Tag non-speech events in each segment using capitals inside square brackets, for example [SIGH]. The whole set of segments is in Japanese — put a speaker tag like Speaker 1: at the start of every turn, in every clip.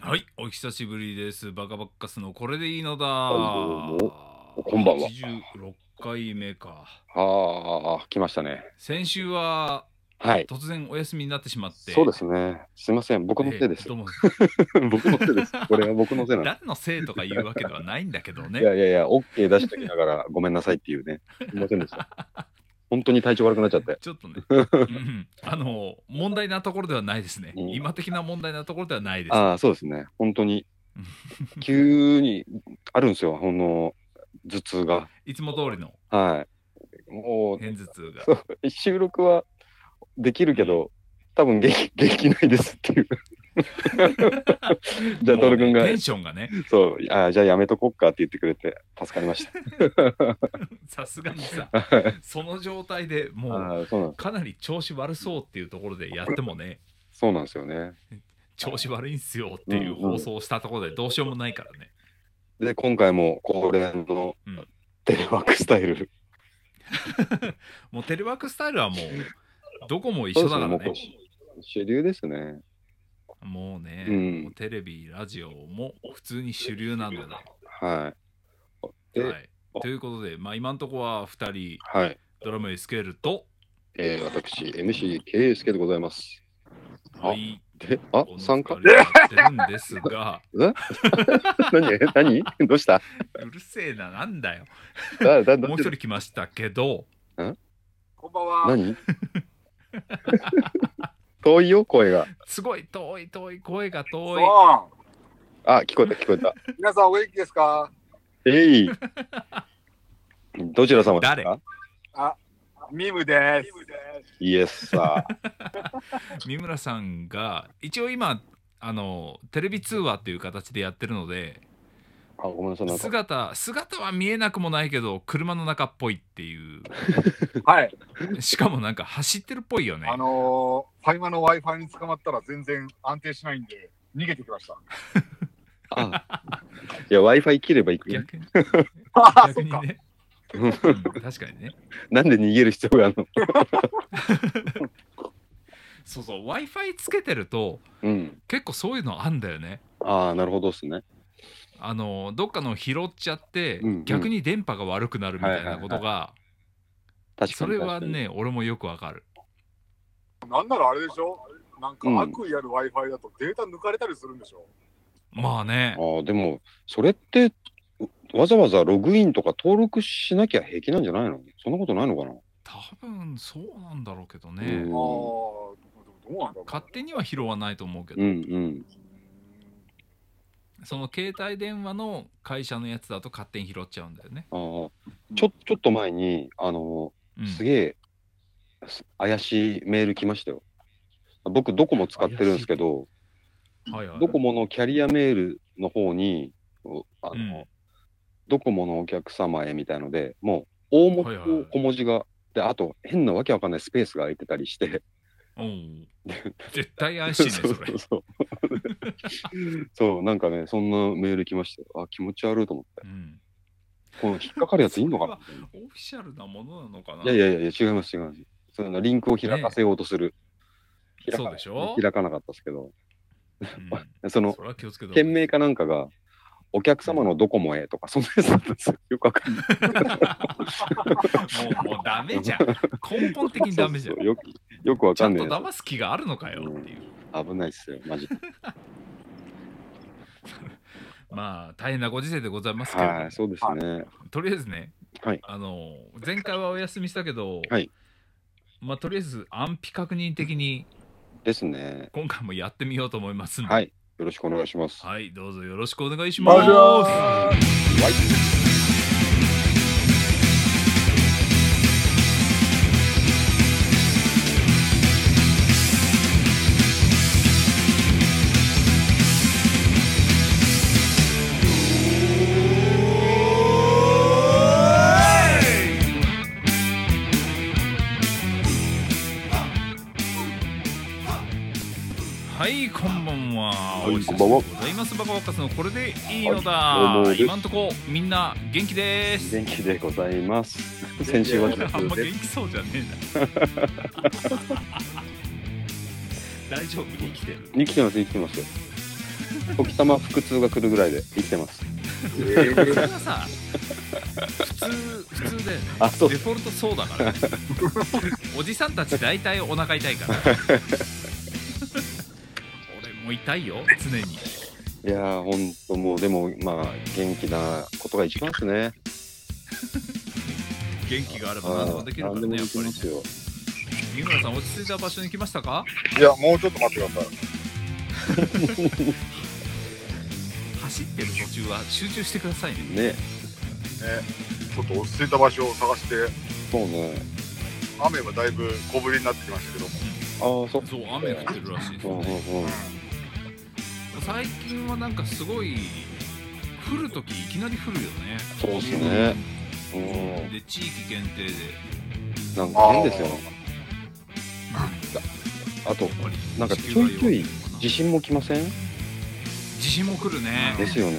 Speaker 1: はい、お久しぶりです。バカバッカスのこれでいいのだ。
Speaker 2: はいどうもこんばんは
Speaker 1: 86回目か。
Speaker 2: ああ、来ましたね。
Speaker 1: 先週は
Speaker 2: はい。
Speaker 1: 突然お休みになってしまって。
Speaker 2: そうですね。すみません。僕の
Speaker 1: ええ
Speaker 2: せい [LAUGHS] です
Speaker 1: ど。うも
Speaker 2: [LAUGHS] 僕のせいです。これは僕のせいなんで
Speaker 1: 誰のせいとか言うわけではないんだけど
Speaker 2: す。
Speaker 1: ね。
Speaker 2: いやいやいや、OK 出しときながらごめんなさいっていうね。すみませんでした。
Speaker 1: [LAUGHS]
Speaker 2: 本当に体調悪くなっちゃって。
Speaker 1: ちょっとね、うんあの問題なところではないですね。
Speaker 2: うん
Speaker 1: 今的な問題なところではないです。
Speaker 2: ああ、そうですね。本
Speaker 1: [LAUGHS]
Speaker 2: 当に。急にあるんですよ。この頭痛が。
Speaker 1: いつも通りの
Speaker 2: はい。も
Speaker 1: 偏頭痛が。
Speaker 2: う、収録はできるけど、多分
Speaker 1: [LAUGHS]
Speaker 2: 元気元気ないですっていう。じゃあ、
Speaker 1: もう
Speaker 2: ト
Speaker 1: ね
Speaker 2: ル君が
Speaker 1: テンションがね、
Speaker 2: そう、あじゃあやめとこっかって言ってくれて、助かりま
Speaker 1: [LAUGHS]
Speaker 2: した。
Speaker 1: さすがにさ、その状態でもう
Speaker 2: あーそうなん
Speaker 1: かなり調子悪そうっていうところでやってもね、
Speaker 2: そうなんですよね。
Speaker 1: 調子悪いんすよっていう放送をしたところでどうしようもないからね。
Speaker 2: で、今回も恒例の
Speaker 1: うん
Speaker 2: テレワークスタイル、
Speaker 1: もうテレワークスタイルはもう、どこも一
Speaker 2: そ
Speaker 1: 緒
Speaker 2: うで
Speaker 1: だから
Speaker 2: すもうこ
Speaker 1: ね
Speaker 2: う。主流ですね。
Speaker 1: もうね、
Speaker 2: うん
Speaker 1: もうテレビ、ラジオも普通に主流なんだね。
Speaker 2: はい。で、
Speaker 1: は
Speaker 2: はい、
Speaker 1: い、ということで、まあ、今のところは2人、ドラムエスケールと、
Speaker 2: えー私、MC 圭介でございます。あ
Speaker 1: はい、
Speaker 2: で、あ、
Speaker 1: お
Speaker 2: 参加 [LAUGHS]
Speaker 1: 疲れやってるんですが、
Speaker 2: 何 [LAUGHS] 何どうした
Speaker 1: うるせえな、なんだよ。
Speaker 2: だだ
Speaker 1: もう一人来ましたけど、
Speaker 3: こんばんは。
Speaker 2: 何遠いよ、声が。
Speaker 1: すごい遠い遠い、声が遠い。
Speaker 3: そ
Speaker 2: あ、聞こえた、聞こえた。
Speaker 3: う。皆さんお元気ですか
Speaker 2: えい。どちら様です
Speaker 1: 誰
Speaker 2: か
Speaker 3: ミムです。
Speaker 2: イエスさ
Speaker 1: 三村さんが一応今あのテレビ通話っていう形でやってるので
Speaker 2: あ、ごめんなさい、なんか。
Speaker 1: 姿姿は見えなくもないけど車の中っぽいっていう
Speaker 2: [LAUGHS]
Speaker 3: はい。
Speaker 1: しかもなんか走ってるっぽいよね
Speaker 3: あのー、ファイマの Wi-Fi に捕まったら全然安定しないんで、逃げてきました。
Speaker 2: あいや、Wi-Fi 切ればいくよ。
Speaker 1: 逆
Speaker 2: [LAUGHS]
Speaker 1: に
Speaker 3: あ [LAUGHS] あ、
Speaker 1: 逆
Speaker 3: そっ
Speaker 1: に
Speaker 3: か。
Speaker 1: ね、
Speaker 2: うん
Speaker 1: うん確かにね
Speaker 2: なんで逃げる必要があるの
Speaker 1: そうそう w i f i つけてると
Speaker 2: うん。
Speaker 1: 結構そういうのあんだよね
Speaker 2: ああ、なるほどですね。
Speaker 1: あのどっかの拾っちゃって、
Speaker 2: うんうん
Speaker 1: 逆に電波が悪くなるみたいなことが、
Speaker 2: 確か
Speaker 1: そ
Speaker 2: に。
Speaker 1: れはね俺もよくわかる
Speaker 3: なんならあれでしょなんか
Speaker 2: うん
Speaker 3: 悪意ある Wi-Fi だとデータ抜かれたりするんでしょ
Speaker 1: まあね
Speaker 2: 確かに。ああ、でも、それって、わざわざログインとか登録しなきゃ平気なんじゃないのそんなことないのかな、
Speaker 1: 多分そうなんだろうけどね、
Speaker 2: うん
Speaker 3: ああ、どうなんだろう。
Speaker 1: 勝手には拾わないと思うけど、
Speaker 2: うんうん。
Speaker 1: その携帯電話の会社のやつだと勝手に拾っちゃうんだよね。
Speaker 2: ああ、ちょ、ちょっと前に、あの、
Speaker 1: うん、
Speaker 2: すげえ、す怪しいメール来ましたよ。僕、ドコモ使ってるんですけど、
Speaker 1: はいはい、
Speaker 2: ドコモのキャリアメールの方に、おあの、
Speaker 1: うん
Speaker 2: ドコモのお客様へみたいので、もう大文字
Speaker 1: はいはいはい
Speaker 2: と小文字が、で、あと変なわけわかんないスペースが空いてたりして、
Speaker 1: おう絶対怪しいね、そ
Speaker 2: う
Speaker 1: れ
Speaker 2: う。そう。 [LAUGHS] そう、なんかね、そんなメール来ましたよ。あ、気持ち悪いと思って。
Speaker 1: うん、
Speaker 2: この引っかかるやついんのか
Speaker 1: [LAUGHS]
Speaker 2: な
Speaker 1: オフィシャルなものなのかない
Speaker 2: やいやいや、違います、違います。そのリンクを開かせようとする。開か
Speaker 1: そうでしょ
Speaker 2: 開かなかったですけど、
Speaker 1: うん
Speaker 2: その
Speaker 1: そ、れは気をつけて
Speaker 2: 件名かなんかが、お客様のドコモへとか、そんなやつだったんですよ。よくわかんない。
Speaker 1: もうもうダメじゃん。根本的にダメじゃん
Speaker 2: [LAUGHS] そう。そうよくよくわ
Speaker 1: ちゃ
Speaker 2: かん
Speaker 1: ん
Speaker 2: な
Speaker 1: と
Speaker 2: いや
Speaker 1: 騙す気があるのかよっていう。
Speaker 2: つ。危ないっすよ、マ
Speaker 1: [LAUGHS]
Speaker 2: ジで。
Speaker 1: まあ大変なご時世でございますけど、
Speaker 2: はい、そうですね。
Speaker 1: とりあえずね、
Speaker 2: はい
Speaker 1: あの前回はお休みしたけど、
Speaker 2: はい
Speaker 1: まあ、とりあえず安否確認的に
Speaker 2: ですね。
Speaker 1: 今回もやってみようと思いますんで、
Speaker 2: はい。よろしくお願いします。
Speaker 1: はい、どうぞよろしくお願いし
Speaker 3: お
Speaker 1: ます。
Speaker 3: 願いします
Speaker 2: はい。
Speaker 1: はい、こんばんは。
Speaker 2: はい
Speaker 1: お久し
Speaker 2: こ
Speaker 1: ぶ
Speaker 2: んばんは
Speaker 1: りでございます。バカバカスのこれでいいのだ。
Speaker 2: はいどうもです
Speaker 1: 今んとこみんな元気です。
Speaker 2: 元気でござい
Speaker 1: [LAUGHS]
Speaker 2: ます。先週はちょっ
Speaker 1: あんま元
Speaker 2: とね
Speaker 1: 気そうじゃね
Speaker 2: [LAUGHS]
Speaker 1: えな。大丈夫、生きてる。
Speaker 2: [LAUGHS] 生きてます、生きてます。時たま腹痛が来るぐらいで生きてます。
Speaker 1: それはさ普通普通だよね
Speaker 2: あそう
Speaker 1: デフォルトそうだ
Speaker 2: [LAUGHS]
Speaker 1: からねおじさんたち大体お腹痛いから俺も痛いよ常に
Speaker 2: いやー、ほんともう、でも、まあ、元気なことが一番ですね。
Speaker 1: 元気があれば何
Speaker 2: あ
Speaker 1: で
Speaker 2: ー
Speaker 1: もできるから
Speaker 2: 何
Speaker 1: ね
Speaker 2: で
Speaker 1: や
Speaker 2: も
Speaker 1: っぱ
Speaker 2: でき
Speaker 1: り
Speaker 2: ますよ。
Speaker 1: 三村さん落ち着いた場所に来ましたか
Speaker 3: いや、もうちょっと待ってください。
Speaker 1: 走ってる途中は集中してくださいね
Speaker 2: ね、
Speaker 3: ちょっと落ち着いた場所を探して、
Speaker 2: そうね。
Speaker 3: 雨はだいぶ小降りになってきましたけども。
Speaker 2: ああ、そっ
Speaker 1: そう雨降ってるらしいです
Speaker 2: うんうん
Speaker 1: ね
Speaker 2: うん。
Speaker 1: 最近はなんかすごい降るときいきなり降るよね
Speaker 2: そうっすね。う
Speaker 1: で地域限定で
Speaker 2: ん。なんか変ですよ。あと
Speaker 1: や、っぱり
Speaker 2: なんか
Speaker 1: 地球が弱ってるのかな
Speaker 2: 地震も来ません
Speaker 1: 地震も来るね
Speaker 2: ですよね。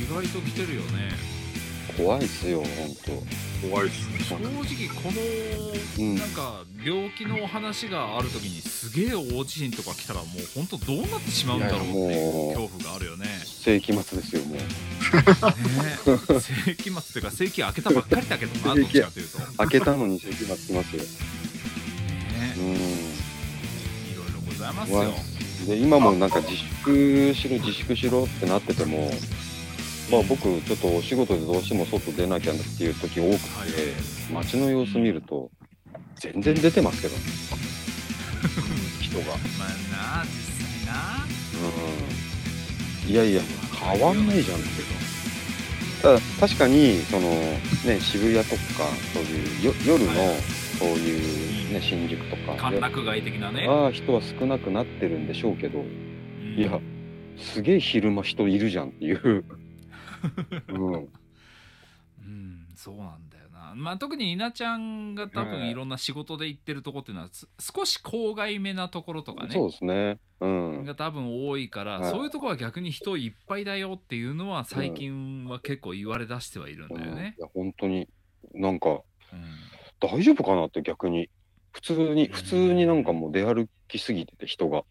Speaker 1: 意外と来てるよね
Speaker 2: 怖いっすよ、ほんと。
Speaker 3: 怖いですね。
Speaker 1: 正直こ
Speaker 2: うん
Speaker 1: のなんか病気のお話があるときにすげえ大地震とか来たらもう本当どうなってしまうんだろうっていう恐怖があるよね
Speaker 2: 世紀末ですよ、もう。 [LAUGHS]
Speaker 1: ねえ世紀末というか世紀明けたばっかりだけどなどっちかというとね
Speaker 2: 開けたのに世紀末来ますよ。
Speaker 1: え
Speaker 2: う
Speaker 1: いろいろございます
Speaker 2: ん。わ
Speaker 1: よ
Speaker 2: で、今もなんか自粛しろ、自粛しろってなってても、まあ僕、ちょっとお仕事でどうしても外出なきゃっていう時多く
Speaker 1: はい
Speaker 2: て、街の様子見ると、全然出てま
Speaker 1: [LAUGHS]
Speaker 2: すけどね、人が。
Speaker 1: まあなあ実際な
Speaker 2: うんいやいや、変わんないじゃんってただ確かにその、ね、渋谷とかそういうよ夜の
Speaker 1: はい
Speaker 2: そういう、ね、新宿とか
Speaker 1: 歓
Speaker 2: で、
Speaker 1: 楽街的なね
Speaker 2: ああ人は少なくなってるんでしょうけど
Speaker 1: うん
Speaker 2: いやすげえ昼間人いるじゃんって
Speaker 1: [LAUGHS]
Speaker 2: いう、うん、
Speaker 1: うんそうなんだよな、まあ、特に稲ちゃんが多分
Speaker 2: ええ
Speaker 1: いろんな仕事で行ってるとこっていうのは、す少し郊外めなところとかね
Speaker 2: そうですね、うん、
Speaker 1: が多分多いから、
Speaker 2: はい
Speaker 1: そういうとこは逆に人いっぱいだよっていうのは最近は結構言われ出してはいるんだよ
Speaker 2: うんい
Speaker 1: ね。
Speaker 2: や本当になんか
Speaker 1: うん
Speaker 2: 大丈夫かなって逆に普通に
Speaker 1: うん
Speaker 2: 普通になんかもう出歩きすぎてて人が、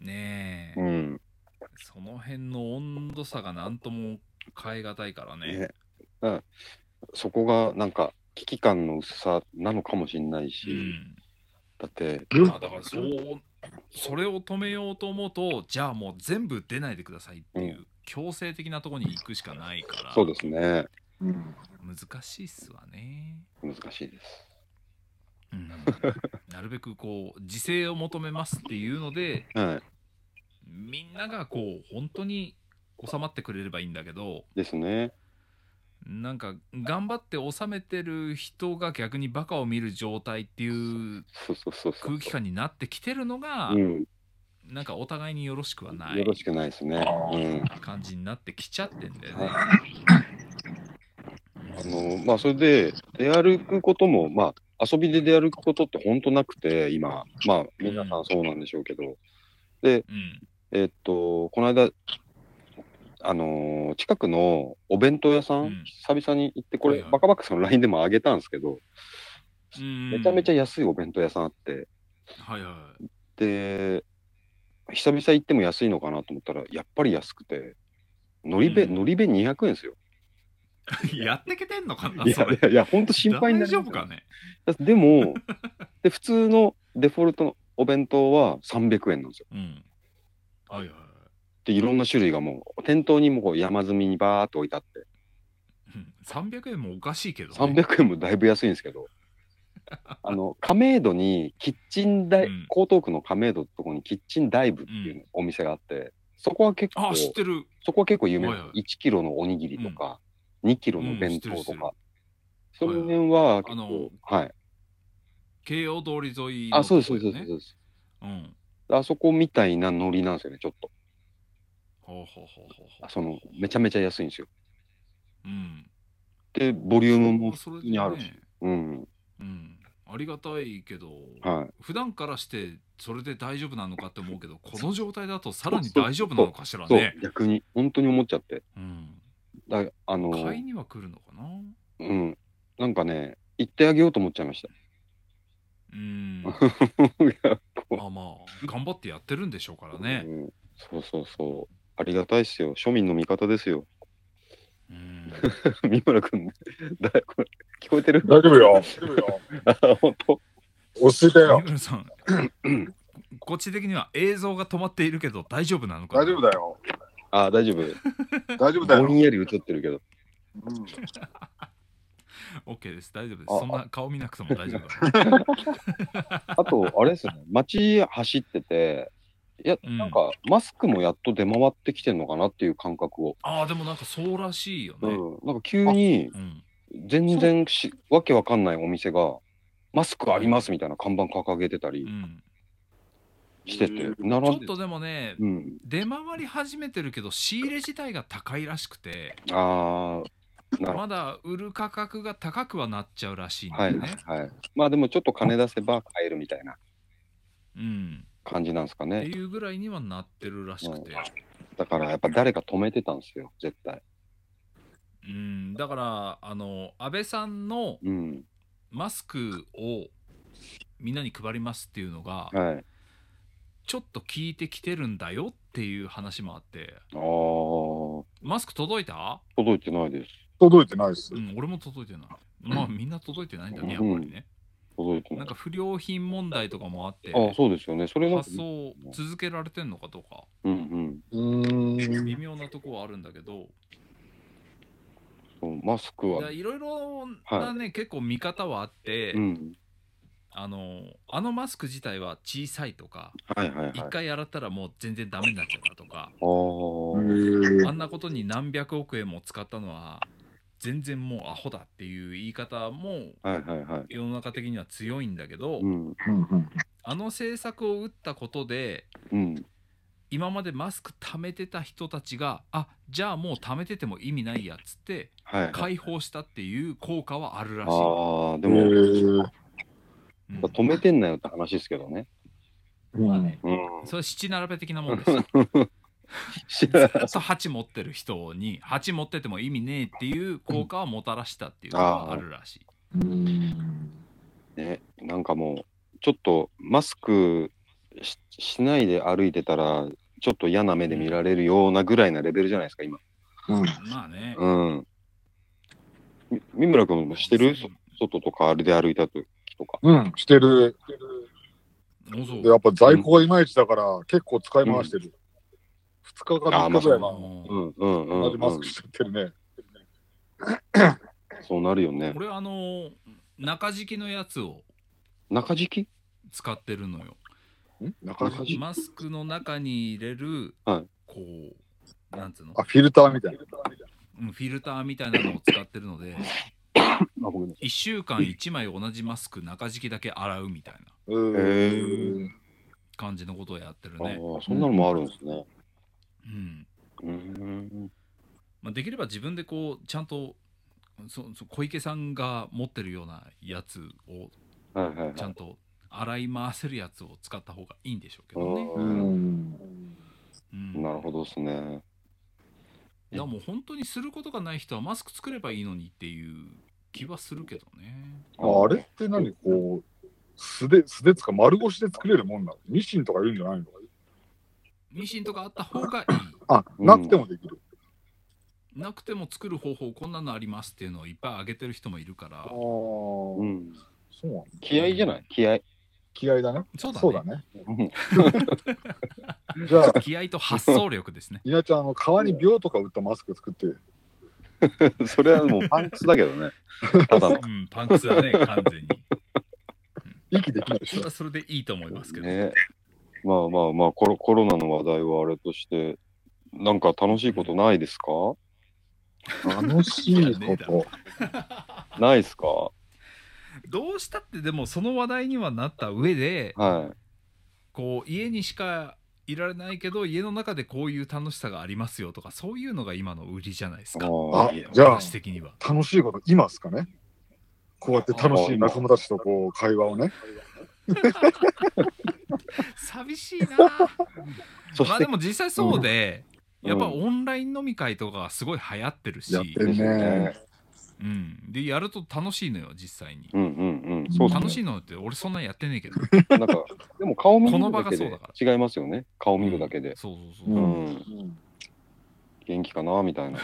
Speaker 1: ねえ、
Speaker 2: うん、
Speaker 1: その辺の温度差が何とも変え難いからね。
Speaker 2: ねうんそこがなんか危機感の薄さなのかもしれないし、
Speaker 1: うん
Speaker 2: だって
Speaker 1: まあ、だからそうそれを止めようと思うとじゃあもう全部出ないでくださいっていう、強制的なところに行くしかないから
Speaker 2: そうですね
Speaker 3: うん。
Speaker 1: 難しいっすわね。
Speaker 2: 難しいです
Speaker 1: うん、なるべくこう自制を求めますっていうので
Speaker 2: は
Speaker 1: みんながこう本当に収まってくれればいいんだけど
Speaker 2: いですね
Speaker 1: なんか頑張って収めてる人が逆にバカを見る状態っていう
Speaker 2: そうそうそうそう
Speaker 1: 空気感になってきてるのが、
Speaker 2: うん
Speaker 1: なんかお互いによろしくはな
Speaker 2: よ
Speaker 1: い
Speaker 2: ろしくないですねうん
Speaker 1: 感じになってきちゃってんだよね。
Speaker 2: あのまあそれで出歩くこともまあ遊びで出歩くことって本当なくて今まあ皆さんそうなんでしょうけど、
Speaker 1: うん
Speaker 2: えっとこの間あのー近くのお弁当屋さん、
Speaker 1: うん
Speaker 2: 久々に行ってこれ、
Speaker 1: はいはい
Speaker 2: バカバカさんの LINE でもあげたんですけど、
Speaker 1: うん、
Speaker 2: めちゃめち
Speaker 1: ゃ
Speaker 2: ゃ安いお弁当屋さんあって、
Speaker 1: はいはい
Speaker 2: で久々行っても安いのかなと思ったらやっぱり安くてのり弁、
Speaker 1: うん
Speaker 2: のり弁200円ですよ
Speaker 1: [LAUGHS] やってけてんのかないそ
Speaker 2: やい
Speaker 1: れ
Speaker 2: やいや本当心配にな
Speaker 1: 大
Speaker 2: る
Speaker 1: 丈夫かね
Speaker 2: でもで普通のデフォルトのお弁当は300円なんですよ
Speaker 1: うんはいは
Speaker 2: でいろんな種類がもう店頭にもこう山積みにバーっと置いてあって
Speaker 1: い、うん、300円もおかしいけど、ね、
Speaker 2: 300円もだいぶ安いんですけどあの亀戸にキッチンダイ、
Speaker 1: うん
Speaker 2: 江東区の亀戸のとこにキッチンダイブっていうお店があって、そこは結構
Speaker 1: あ知ってる
Speaker 2: そこは結構有名、
Speaker 1: はいはい
Speaker 2: 1キロのおにぎりとか、2キロの弁当
Speaker 1: うん知
Speaker 2: と
Speaker 1: ってる知ってる
Speaker 2: か、その辺は
Speaker 1: あ
Speaker 2: 結
Speaker 1: の
Speaker 2: 構、はい。
Speaker 1: 京王通り沿いの
Speaker 2: あ、そうです、
Speaker 1: と
Speaker 2: そう
Speaker 1: こだ
Speaker 2: です、そ
Speaker 1: よ
Speaker 2: う
Speaker 1: ね
Speaker 2: です。
Speaker 1: うん
Speaker 2: あそこみたいなノリなんですよね、ちょっと。
Speaker 1: ほうほうほうほうほう
Speaker 2: あその、めちゃめちゃ安いんですよ。
Speaker 1: うん
Speaker 2: で、ボリュームも、
Speaker 1: それ
Speaker 2: 普通にある
Speaker 1: で
Speaker 2: し
Speaker 1: ね
Speaker 2: うん、
Speaker 1: うんありがたいけど、
Speaker 2: は
Speaker 1: 普段からしてそれで大丈夫なのかって思うけどこの状態だとさらに大丈夫なのかしら
Speaker 2: い。そう、
Speaker 1: ね
Speaker 2: 逆に、本当に思っちゃって。
Speaker 1: うん
Speaker 2: だあの、
Speaker 1: 買いには来るのかな
Speaker 2: うん、なんかね、行ってあげようと思っちゃいました。
Speaker 1: うん
Speaker 2: いや
Speaker 1: [LAUGHS] まあまあ頑張ってやってるんでしょうからね
Speaker 2: うんそうそうそう。ありがたいっすよ。庶民の味方ですよ。 [LAUGHS]
Speaker 1: うん
Speaker 2: 三村君、 [LAUGHS] ね、だこれ聞こえてる [LAUGHS]
Speaker 3: 大丈夫よ。大丈夫よ。
Speaker 2: あ、本当
Speaker 3: 落ち着いた
Speaker 1: 三
Speaker 3: よ。
Speaker 1: 村さん、こっち的には映像が止まっているけど大丈夫なのかな
Speaker 3: 大丈夫だよ。
Speaker 2: あ、大丈夫。
Speaker 3: 大丈夫だ
Speaker 2: ぼ
Speaker 3: よ。
Speaker 2: んやり映ってるけど。
Speaker 3: うん、
Speaker 1: オッケーです、大丈夫です。
Speaker 2: あ
Speaker 1: そんな顔見なくても大丈夫
Speaker 2: [LAUGHS]
Speaker 1: だ。
Speaker 2: あと、あ
Speaker 1: [LAUGHS]
Speaker 2: れですよね。街走ってて、いや、
Speaker 1: うん
Speaker 2: なんか、マスクもやっと出回ってきてんのかなっていう感覚を。
Speaker 1: ああ、でもなんかそうらしいよ
Speaker 2: う
Speaker 1: ね。
Speaker 2: ん。なんか急に、
Speaker 1: うん。
Speaker 2: 全然しわけわかんないお店が、マスクありますみたいな看板掲げてた
Speaker 1: う
Speaker 2: り
Speaker 1: ん、
Speaker 2: してて、
Speaker 3: うん
Speaker 1: ちょ
Speaker 2: 並ん
Speaker 1: っ
Speaker 2: で。
Speaker 1: とでもね、
Speaker 2: うん。
Speaker 1: 出回り始めてるけど、仕入れ自体が高いらしくて、
Speaker 2: あー、なるほ
Speaker 1: まだ売る価格が高くはなっちゃうらしいん
Speaker 2: ど。
Speaker 1: だ
Speaker 2: は
Speaker 1: よ
Speaker 2: い
Speaker 1: ね。
Speaker 2: はい。まあでもちょっと金出せば買えるみたいな
Speaker 1: うん。
Speaker 2: 感じなんですか
Speaker 1: って
Speaker 2: ね。
Speaker 1: いうぐらいにはなってるらしくて。
Speaker 2: だからやっぱ誰か止めてたんですよ、絶対。
Speaker 1: うん、だから、あの、安倍さんの
Speaker 2: うん。
Speaker 1: マスクをみんなに配りますっていうのが、
Speaker 2: はい。
Speaker 1: ちょっと聞いてきてるんだよっていう話もあって、
Speaker 2: あー、
Speaker 1: マスク届いた
Speaker 2: 届いてないです。
Speaker 3: 届いてないです
Speaker 1: う。ん、俺も届いてない。まあ、みんな届いてないんだね、やっ
Speaker 2: う
Speaker 1: ぱ
Speaker 2: ん
Speaker 1: りね。
Speaker 2: 届いてな
Speaker 1: なん
Speaker 2: い。
Speaker 1: か不良品問題とかもあって、
Speaker 2: ああ、そうですよね。それなんか
Speaker 1: 発送続けられてんのかとか、
Speaker 2: うんうん。
Speaker 3: うーん。
Speaker 1: 微妙なとこはあるんだけど、
Speaker 2: そうマスク
Speaker 1: だか
Speaker 2: は
Speaker 1: ら。いろいろなね、結構見方はあって、
Speaker 2: うん。
Speaker 1: あの、あのマスク自体は小さいとか、
Speaker 2: はいはいはい。
Speaker 1: 一
Speaker 2: あ
Speaker 1: 回洗ったらもう全然ダメになっちゃったとか、
Speaker 2: あ
Speaker 3: う
Speaker 2: ー。
Speaker 3: ーん
Speaker 1: あんなことに何百億円も使ったのは全然もうアホだっていう言い方も
Speaker 2: はいはいはい。
Speaker 1: 世の中的には強いんだけど、
Speaker 2: うん。
Speaker 3: うん
Speaker 1: あの政策を打ったことで
Speaker 2: うん。
Speaker 1: 今までマスク貯めてた人たちがあじゃあもう貯めてても意味ないやっつって
Speaker 2: はいはい。
Speaker 1: 解放したっていう効果はあるらしい。
Speaker 2: ああ、で
Speaker 3: うん
Speaker 2: も、
Speaker 1: うん
Speaker 2: 止めてんなよって話ですけどね。
Speaker 3: うん
Speaker 1: まあね
Speaker 2: う
Speaker 1: [LAUGHS]
Speaker 2: ん。
Speaker 1: それは七並べ的なもん
Speaker 2: [LAUGHS]
Speaker 1: ですよ。
Speaker 2: 知
Speaker 1: ず
Speaker 2: ら
Speaker 1: っ
Speaker 2: ない
Speaker 1: と鉢持ってる人に鉢持ってても意味ねえっていう効果はもたらしたっていうのがあるらしい。
Speaker 3: うん
Speaker 2: ね、なんかもう、ちょっとマスクししないで歩いてたら、ちょっと嫌な目で見られるようなぐらいなレベルじゃないですか、今。
Speaker 3: うん
Speaker 1: まあね。
Speaker 2: うん。み三村君もしてるそ外とかあれで歩いた時とか。
Speaker 3: うん、してる。
Speaker 1: もうそう
Speaker 3: でやっぱ在庫がいまいちだから、結構使い回してる。2日か3日ぐらい
Speaker 1: あ
Speaker 3: は、
Speaker 1: の
Speaker 2: うんうんうん、
Speaker 3: 同
Speaker 2: う
Speaker 3: じ
Speaker 2: ん。
Speaker 3: マスクしちゃってるね。
Speaker 2: そうなるよね。
Speaker 1: 俺あの中敷きのやつを
Speaker 2: 中敷き
Speaker 1: 使ってるのよ
Speaker 3: ん中
Speaker 2: 中敷き
Speaker 1: マスクの中に入れる、
Speaker 2: はい
Speaker 1: こうなんつうの
Speaker 3: あ、フィルターみたいな。
Speaker 1: うんフィルターみたいなのを使ってるので
Speaker 2: あ、僕ね。
Speaker 1: 1週間1枚同じマスク中敷きだけ洗うみたいな
Speaker 3: うーん。
Speaker 1: 感じのことをやってる
Speaker 2: ああ
Speaker 1: ね、、
Speaker 2: そんなのもあるんですね。
Speaker 1: うん
Speaker 2: うん。
Speaker 1: まあ、できれば自分でこうちゃんとそそ小池さんが持ってるようなやつを
Speaker 2: はいはいはい
Speaker 1: ちゃんと洗い回せるやつを使った方がいいんでしょうけどね、
Speaker 2: うん。
Speaker 1: うん、
Speaker 2: なるほどですね。
Speaker 1: いやもう本当にすることがない人はマスク作ればいいのにっていう気はするけどね。
Speaker 3: ああれって何こう、素で、素でつか丸腰で作れるもんなのミシンとかいるんじゃないの
Speaker 1: ミシンとかあった方がい
Speaker 3: あ、なくてもできる。
Speaker 1: い。なくても作る方法こんなのありますっていうのをいっぱいあげてる人もいるから
Speaker 3: ああ、。そう
Speaker 2: う
Speaker 3: なんだ。
Speaker 2: ん。気合じゃない気合。
Speaker 3: 気合だね。
Speaker 1: そうだね
Speaker 3: そうだね。
Speaker 2: うん
Speaker 3: [LAUGHS] じゃあ、。
Speaker 1: 気合と発想力ですね [LAUGHS]
Speaker 3: 稲ちゃん、あの、革に秒とか打ったマスク作って、
Speaker 2: [LAUGHS] それはもうパンクスだけどね。
Speaker 1: [LAUGHS]
Speaker 2: ただの。
Speaker 1: うん、パンクスだね、完全に。
Speaker 3: 息できないでし
Speaker 1: それ
Speaker 3: ょ。
Speaker 1: はそれでいいと思いますけど。
Speaker 2: ね、まあまあまあコロ、コロナの話題はあれとして、なんか楽しいことないですか
Speaker 3: 楽しいこと。
Speaker 2: ないですかは
Speaker 1: どうしたってでもその話題にはなった上で、
Speaker 2: い。
Speaker 1: こう家にしかいられないけど、家の中でこういう楽しさがありますよとか、そういうのが今の売りじゃないですか。
Speaker 2: あ
Speaker 3: あじゃあ
Speaker 1: 私的には。
Speaker 3: 楽しいこと、今っすかね。こうやって楽しい仲間たちとこう、会話をね。
Speaker 1: [LAUGHS] 寂しいなあ。
Speaker 2: そ
Speaker 1: ま
Speaker 2: し
Speaker 1: あ
Speaker 2: て
Speaker 1: で、も実際そうで、
Speaker 2: うん
Speaker 1: やっぱオンライン飲み会とかがすごい流行ってるし、
Speaker 3: やってるね。
Speaker 1: うん、でやると楽しいのよ実際に
Speaker 2: うんうんそうですね
Speaker 1: 楽しいのって俺そんなんやってねえけど。
Speaker 2: なんか、でも顔見
Speaker 1: こ
Speaker 2: る
Speaker 1: の場
Speaker 2: だ
Speaker 1: が
Speaker 2: け
Speaker 1: そうだ
Speaker 2: で
Speaker 1: か
Speaker 2: 違いますよね。顔見るだけで。
Speaker 1: そうそうそう。
Speaker 3: う
Speaker 2: う
Speaker 3: ん
Speaker 2: ん元気かなみたい
Speaker 1: [LAUGHS]
Speaker 2: な。も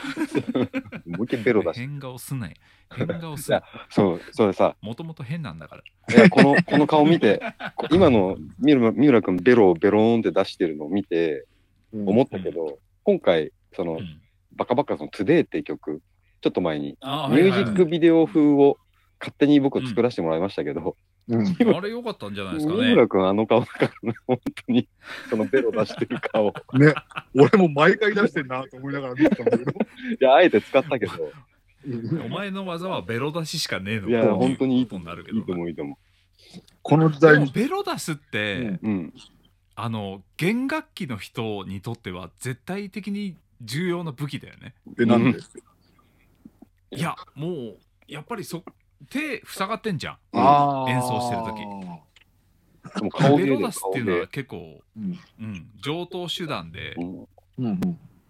Speaker 2: う一回ベロだし。
Speaker 1: 変顔すない。変顔すない。
Speaker 2: そう、それさ、
Speaker 1: もともと変なんだから。
Speaker 2: いやこの、この顔見て、こ今の三浦三浦君ベロをベローンって出してるのを見て、思ったけど、今回、その
Speaker 1: う、ん
Speaker 2: バカバカそのトゥデイっていう曲、ちょっと前に、
Speaker 1: あ
Speaker 2: ミュージックビデオ風を勝手に僕は作らせてもらいましたけど、
Speaker 3: うん。
Speaker 1: ク。あれ良かったんじゃないです
Speaker 2: 三
Speaker 1: かね。
Speaker 2: 浦君あの顔だからね、本
Speaker 1: [LAUGHS]
Speaker 2: 当に、そのベロ出してる顔。
Speaker 3: ね、俺も毎回出してんなと思いながら見てたんだけど。 [LAUGHS]
Speaker 2: いや、あえて使ったけど、
Speaker 1: お前の技はベロ出ししかねえのか
Speaker 2: いや
Speaker 1: ってう
Speaker 2: 本当にいい
Speaker 1: ことになるけ
Speaker 2: いいと
Speaker 1: どな。
Speaker 2: 思う、いいと思
Speaker 3: この時
Speaker 1: で
Speaker 3: 代
Speaker 1: も
Speaker 3: に。
Speaker 1: ベロ出すって、
Speaker 3: うん
Speaker 2: う。うん。
Speaker 1: あの弦楽器の人にとっては絶対的に重要な武器だよね。
Speaker 3: で、なんで。
Speaker 1: いやもうやっぱりそ手塞がってんじゃん。
Speaker 3: あ
Speaker 1: 演奏してる時
Speaker 2: でも顔
Speaker 1: ベ
Speaker 2: 芸
Speaker 1: ロ
Speaker 2: で
Speaker 1: 出す
Speaker 2: 顔
Speaker 1: って
Speaker 2: 芸
Speaker 1: いうのは結構、
Speaker 3: うん。
Speaker 1: うん、上等手段で、
Speaker 2: うん
Speaker 3: うん。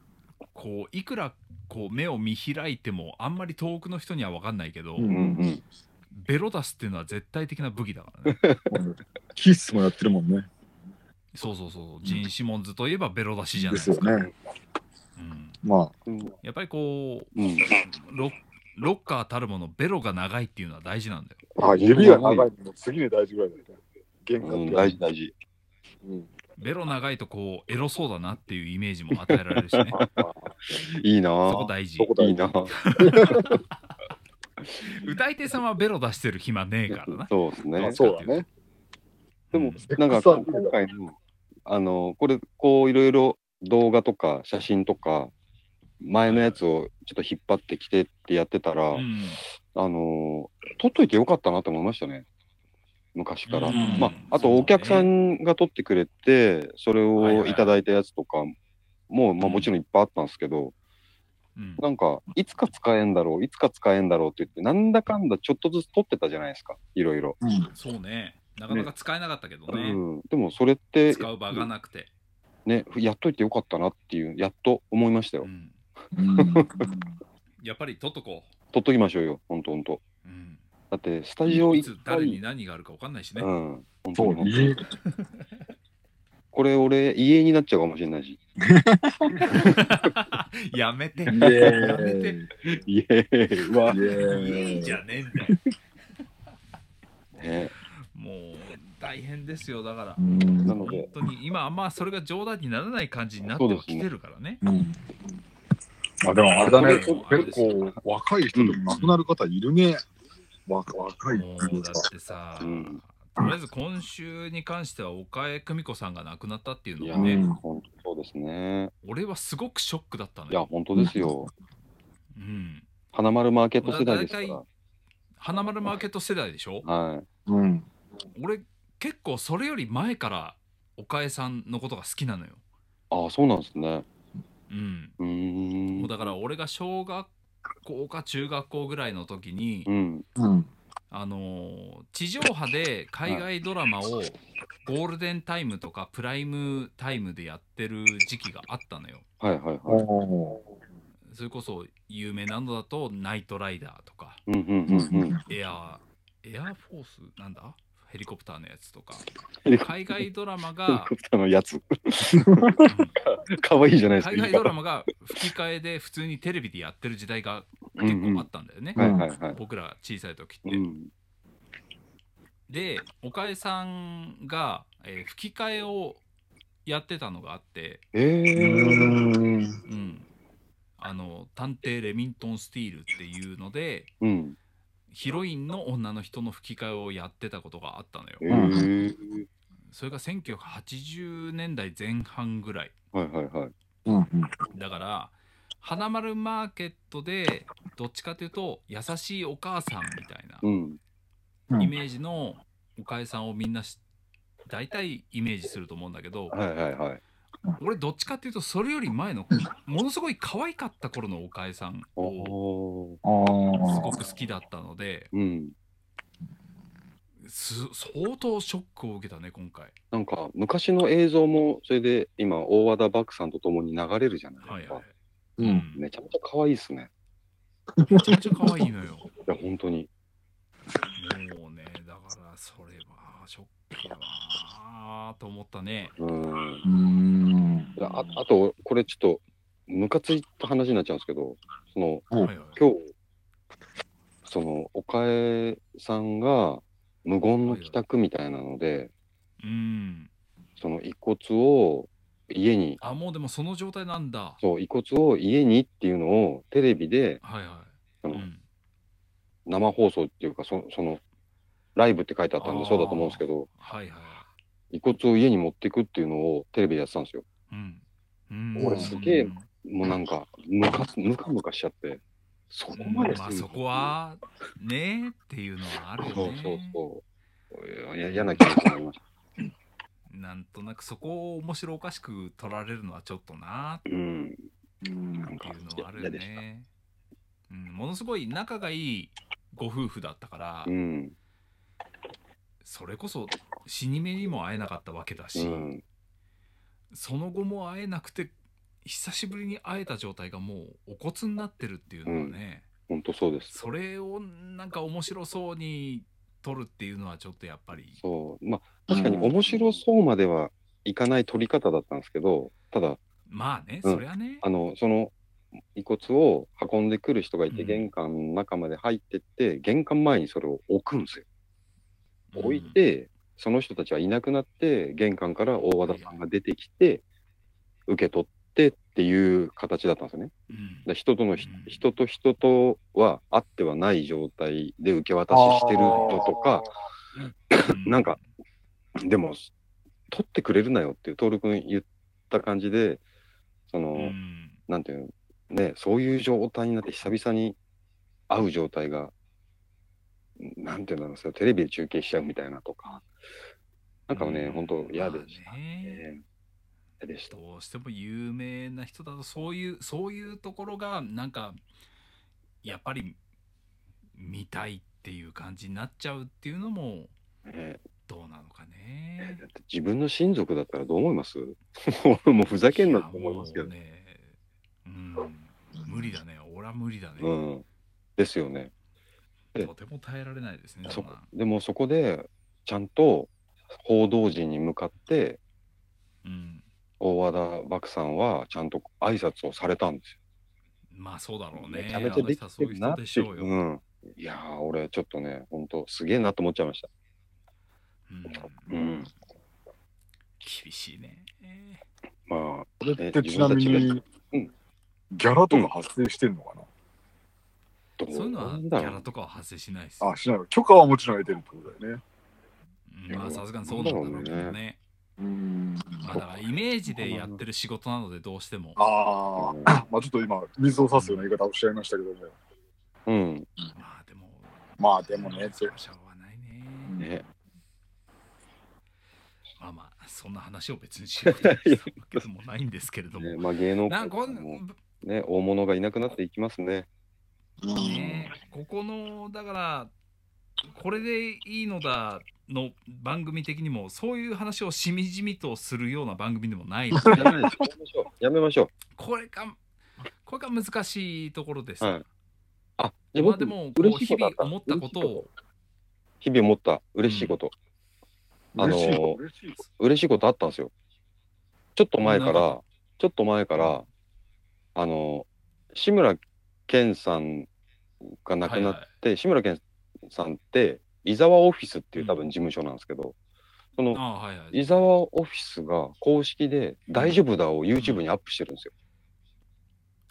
Speaker 3: [LAUGHS]
Speaker 1: こういくらこう目を見開いてもあんまり遠くの人には分かんないけど、
Speaker 3: うん
Speaker 2: うんうん
Speaker 1: ベロ出すっていうのは絶対的な武器だからね。
Speaker 3: うん。キッスもやってるもんね。
Speaker 1: そうそうそう。ジン・シモンズといえばベロ出しじゃない
Speaker 3: で
Speaker 1: ですす
Speaker 3: よ
Speaker 1: か。
Speaker 3: ね。
Speaker 1: うん、
Speaker 3: ま
Speaker 2: うん
Speaker 1: やっぱりこう
Speaker 2: うん
Speaker 1: ロロッカーたるものベロが長いっていうのは大事なんだよ。
Speaker 3: あ、あ指が長いのも次に大事ぐらいだよね。弦楽
Speaker 2: うん
Speaker 3: 器
Speaker 2: 大事大事。
Speaker 3: うん
Speaker 1: ベロ長いとこうエロそうだなっていうイメージも与えられ
Speaker 2: [LAUGHS]
Speaker 1: るしね。
Speaker 2: いいな
Speaker 1: そこ
Speaker 2: ぁ。
Speaker 1: 大事
Speaker 3: そ。こ大
Speaker 2: いい
Speaker 3: 事。
Speaker 2: なぁ。
Speaker 1: 歌い手さんはベロ出してる暇ねえからな。
Speaker 2: [LAUGHS] そうです
Speaker 3: ま
Speaker 2: ね
Speaker 3: あ。そうだね。
Speaker 2: でも
Speaker 1: セ
Speaker 3: ッ、クス
Speaker 2: なんか
Speaker 3: アピール
Speaker 2: 今回の、あの、これ、こう、いろいろ動画とか写真とか、前のやつをちょっと引っ張ってきてってやってたら、
Speaker 1: うん。
Speaker 2: あのー、撮っといてよかったなと思いましたね。昔から。
Speaker 1: うん
Speaker 2: まあ、あとお客さんが撮ってくれて、それ
Speaker 1: はいは
Speaker 2: を
Speaker 1: い
Speaker 2: いただいたやつとかも、まあもちろんいっぱいあったんですけど、
Speaker 1: うん
Speaker 2: なんか、いつか使えんだろう、いつか使えんだろうって言って、なんだかんだちょっとずつ撮ってたじゃないですか、いろいろ。
Speaker 3: うん
Speaker 1: そうね。なかなか使えなかったけど
Speaker 2: う
Speaker 1: ね。
Speaker 2: ん。でもそれって、
Speaker 1: 使う場がなくて。
Speaker 2: ね、やっといてよかったなっていう、やっと思いましたよ。
Speaker 1: うん
Speaker 3: うん
Speaker 1: やっぱり取っとこ
Speaker 2: 撮っときましょうよ、ほんとほんと。
Speaker 1: う。うん
Speaker 2: だって、スタジオ
Speaker 1: い
Speaker 2: 一
Speaker 1: つ誰に
Speaker 2: 回、
Speaker 1: 何があるか分かんないしね
Speaker 2: う。ん。本当
Speaker 3: そう
Speaker 2: に本当に
Speaker 3: ね。
Speaker 2: これ俺、家になっちゃうかもしれない
Speaker 3: [LAUGHS]
Speaker 2: し。
Speaker 1: [LAUGHS] やめて。
Speaker 3: イエ
Speaker 1: やめて
Speaker 3: ー
Speaker 2: イ
Speaker 3: イ。
Speaker 2: エーイは、
Speaker 3: イ
Speaker 1: い
Speaker 3: エ
Speaker 1: いじ
Speaker 3: ーイ。
Speaker 1: ゃねえんだよ。
Speaker 2: ね、
Speaker 1: もう大変ですよだから
Speaker 3: う。ん
Speaker 2: なの
Speaker 1: 本
Speaker 2: で、
Speaker 1: 当に今あんまそれが冗談にならない感じになってはきてるからね。
Speaker 3: うんまあでもあれだね、
Speaker 1: そ
Speaker 3: 結
Speaker 1: うです
Speaker 3: 構若い人でも亡くなる方いるね。わ若いって
Speaker 1: も
Speaker 3: いうう
Speaker 1: だ
Speaker 3: か。
Speaker 1: ってさ、
Speaker 2: うん
Speaker 1: とりあえず今週に関しては岡江久美子さんが亡くなったっていう
Speaker 2: い
Speaker 1: の
Speaker 2: や、
Speaker 1: はね、
Speaker 3: うん
Speaker 2: 本当そうですね。
Speaker 1: 俺はすごくショックだったの
Speaker 2: いや、
Speaker 1: よ。
Speaker 2: 本当ですよ。
Speaker 1: うん、
Speaker 2: 花丸マーケット世代ですから。
Speaker 1: 花丸マーケット世代でしょ
Speaker 2: はい。
Speaker 3: うん。
Speaker 1: 俺結構それより前から岡江さんのことが好きなのよ。
Speaker 2: ああ、そうなんですね。
Speaker 1: うん、
Speaker 2: うーん。
Speaker 1: もうだから俺が小学校か中学校ぐらいの時に、
Speaker 2: うん。
Speaker 3: うん。
Speaker 1: あのー地上波で海外ドラマをゴールデンタイムとかプライムタイムでやってる時期があったのよ。
Speaker 2: はいはいはい。
Speaker 3: お
Speaker 1: それこそ有名なのだと「ナイトライダー」とか
Speaker 2: うんうんうんうん。
Speaker 1: 「エアーエアーフォース」なんだヘリコプターのやつと
Speaker 2: [LAUGHS]
Speaker 1: か
Speaker 2: ヘリコ
Speaker 1: 海外ドラマ
Speaker 2: ヘリ [LAUGHS]
Speaker 1: が
Speaker 2: コ、プターのやつ。
Speaker 1: うん
Speaker 2: かわいいじゃないですか。
Speaker 1: 海外ドラマが [LAUGHS] 吹き替えで普通にテレビでやってる時代が
Speaker 2: うん
Speaker 1: 結
Speaker 2: うん
Speaker 1: 構あったんだよね、
Speaker 2: はいはいはい。
Speaker 1: 僕ら小さい時って。
Speaker 2: うん。
Speaker 1: で岡江さんが、えー吹き替えをやってたのがあって、
Speaker 2: えー。
Speaker 3: ー。
Speaker 1: うん、あの探偵レミントン・スティールっていうので
Speaker 2: うん。
Speaker 1: ヒロインの女の人の吹き替えをやってたことがあったのよ
Speaker 2: え。ー。
Speaker 1: それが1980年代前半ぐらい
Speaker 2: はいはいはい。
Speaker 3: うんうん。
Speaker 1: だから花丸マーケットでどっちかというと優しいお母さんみたいな
Speaker 2: うん。
Speaker 3: うん
Speaker 1: イメージのおかえさんをみんなし大体イメージすると思うんだけど
Speaker 2: はいはいはい。
Speaker 1: 俺どっちかっていうとそれより前のものすごい可愛かった頃のおかえさん
Speaker 2: お
Speaker 1: を
Speaker 2: お。
Speaker 3: あ
Speaker 1: す
Speaker 3: あ
Speaker 1: ご。く好きだったので
Speaker 2: うん。
Speaker 1: す相当ショックを受けたね今回
Speaker 2: なんか昔の映像もそれで今大和田漠さんと共に流れるじゃない
Speaker 1: は
Speaker 2: で
Speaker 1: い
Speaker 2: すか
Speaker 1: は。
Speaker 3: う
Speaker 1: い、
Speaker 3: ん。
Speaker 2: めちゃめちゃ可愛いですね。
Speaker 1: めちゃめちゃ可愛いのよ
Speaker 2: いや本当に。
Speaker 1: もうねだかいなぁと思ったね。
Speaker 2: うん。
Speaker 3: うん。
Speaker 2: いやああと、これちょっと、ムカついた話になっちゃうんですけど、その、
Speaker 3: うん
Speaker 1: はいはい
Speaker 2: 今日、その、岡江さんが、無言の帰宅みたいなので、
Speaker 1: うん。
Speaker 2: その遺骨を家に、
Speaker 1: あ、もうでもその状態なんだ。
Speaker 2: そう、遺骨を家にっていうのをテレビで
Speaker 1: はいはい。うん。
Speaker 2: 生放送っていうか、そその、ライブって書いてあったん
Speaker 1: あ
Speaker 2: で、
Speaker 1: ー
Speaker 2: そうだと思うんですけど、
Speaker 1: はいはい。
Speaker 2: 遺骨を家に持ってくっていうのをテレビでやってたんですよ。
Speaker 1: うん。うん。
Speaker 3: 俺
Speaker 2: すげえもうなんか、ムカムカムカしちゃって、そこまで
Speaker 1: まあ
Speaker 2: する
Speaker 1: そこはねえっていうのはある
Speaker 2: そ
Speaker 1: よ
Speaker 2: う
Speaker 1: ね。
Speaker 2: そうそう。いや嫌な気持ちになりました。
Speaker 1: なんとなくそこを面白おかしく取られるのはちょっとな
Speaker 2: うん。
Speaker 3: うん
Speaker 2: なん
Speaker 1: っ
Speaker 2: か
Speaker 1: ていうのはある
Speaker 2: 嫌
Speaker 1: よ
Speaker 2: でした。
Speaker 1: ね。うん、ものすごい仲がいいご夫婦だったから、
Speaker 2: うん。
Speaker 1: それこそ死に目にも会えなかったわけだ
Speaker 2: う
Speaker 1: し、
Speaker 2: ん。
Speaker 1: その後も会えなくて久しぶりに会えた状態がもうお骨になってるっていうのはね、
Speaker 2: 本当そうです。
Speaker 1: それをなんか面白そうに撮るっていうのはちょっとやっぱり
Speaker 2: そう。まあ、確かに面白そうまではいかない取り方だったんですけど、ただ、
Speaker 1: まあね、
Speaker 2: うん
Speaker 1: そりゃね
Speaker 2: あの、その、遺骨を運んでくる人がいて、
Speaker 1: うん
Speaker 2: 玄関の中まで入ってって、玄関前にそれを置くんですよ。
Speaker 1: うん
Speaker 2: 置いて、その人たちはいなくなって、玄関から大和田さんが出てきて、受け取ってっていう形だったんですよね。
Speaker 1: うん
Speaker 2: で人とのひ、
Speaker 1: うん
Speaker 2: 人と人とは会ってはない状態で受け渡ししてるのとか、
Speaker 1: うん
Speaker 2: [LAUGHS] なんかでも、取ってくれるなよっていう、登録言った感じで、その、
Speaker 1: うん
Speaker 2: なんていうの、ね、そういう状態になって、久々に会う状態が、なんていうんですか、テレビで中継しちゃうみたいなとか、なんかね、本当嫌でした
Speaker 1: まあね
Speaker 2: ね。嫌でした。
Speaker 1: どうしても有名な人だとそういうそういうところがなんかやっぱり見たいっていう感じになっちゃうっていうのも
Speaker 2: ね
Speaker 1: どうなのかね
Speaker 2: だ。って自分の親族だったらどう思います [LAUGHS] もうふざけんなと思いますけど
Speaker 1: やもうね、うん、無理だね。俺は無理だね。
Speaker 2: うん、ですよね。
Speaker 1: とても耐えられないですね。
Speaker 2: そ
Speaker 1: んな
Speaker 2: でもそこでちゃんと報道陣に向かって
Speaker 1: うん、
Speaker 2: 大和田漠さんはちゃんと挨拶をされたんです
Speaker 1: まあそうだろ
Speaker 2: よ。
Speaker 1: うね。
Speaker 2: めちゃめちゃできてるな
Speaker 1: あの人はそういう人でしょ
Speaker 2: って
Speaker 1: うよ。
Speaker 2: うん、いやー俺ちょっとね本当すげえなと思っちゃいました。
Speaker 1: うん
Speaker 2: うん
Speaker 1: 厳しいね。
Speaker 2: まあ、
Speaker 3: これって
Speaker 2: ね
Speaker 3: ちなみ
Speaker 2: 自
Speaker 3: に
Speaker 2: うん、
Speaker 3: ギャラとか発生してんのか
Speaker 2: ど
Speaker 1: そういうのは
Speaker 2: な
Speaker 1: ギ
Speaker 2: んだろ
Speaker 1: ャラ
Speaker 2: う
Speaker 1: とかは発生しないです。
Speaker 3: なあ、しない。許可はもちろん得てるってことだよね。
Speaker 1: うんまあさすがにそうなんだろうけど
Speaker 2: なんだろう
Speaker 1: ね。
Speaker 3: うん。
Speaker 1: まあだからイメージでやってる仕事なのでどうしても。
Speaker 3: あ
Speaker 2: うん
Speaker 3: あ、まあちょっと今、水を差すような言い方をおっしゃいましたけども、
Speaker 2: うん、
Speaker 1: まあでも。
Speaker 3: まあでもね
Speaker 1: それはしょうがないね。
Speaker 2: ね、
Speaker 1: まあまあそんな話を別にしようとしたわけでもないんですけれども。
Speaker 2: ねまあ芸
Speaker 1: な
Speaker 2: 能界
Speaker 1: んかこ
Speaker 2: も
Speaker 1: ん
Speaker 2: ね大物がいなくなっていきますね。
Speaker 1: ねここのだからこれでいいのだの番組的にもそういう話をしみじみとするような番組でもないので
Speaker 2: やめましょう。やめましょ
Speaker 1: これがこれが難しいところです。
Speaker 2: う。はい。あ、じゃあ
Speaker 1: まあ
Speaker 2: 僕
Speaker 1: でもこう
Speaker 2: 嬉しい
Speaker 1: 日
Speaker 2: ことあ
Speaker 1: 々
Speaker 2: った
Speaker 1: 思ったことを
Speaker 2: 日々思った嬉しいこと、
Speaker 3: うん嬉しいこと嬉しいこ
Speaker 2: 嬉しいことあったんですよ。ちょっと前か
Speaker 1: なん
Speaker 2: ら、ちょっと前から、あの、志村けんさんが亡くなって、志村けんさんって、伊沢オフィスっていう多分事務所なんですけど、そ
Speaker 1: はいはい、あ
Speaker 2: の、
Speaker 1: あはいはい。
Speaker 2: 伊沢オフィスが公式で大丈夫だを YouTube にアップしてるんですよ。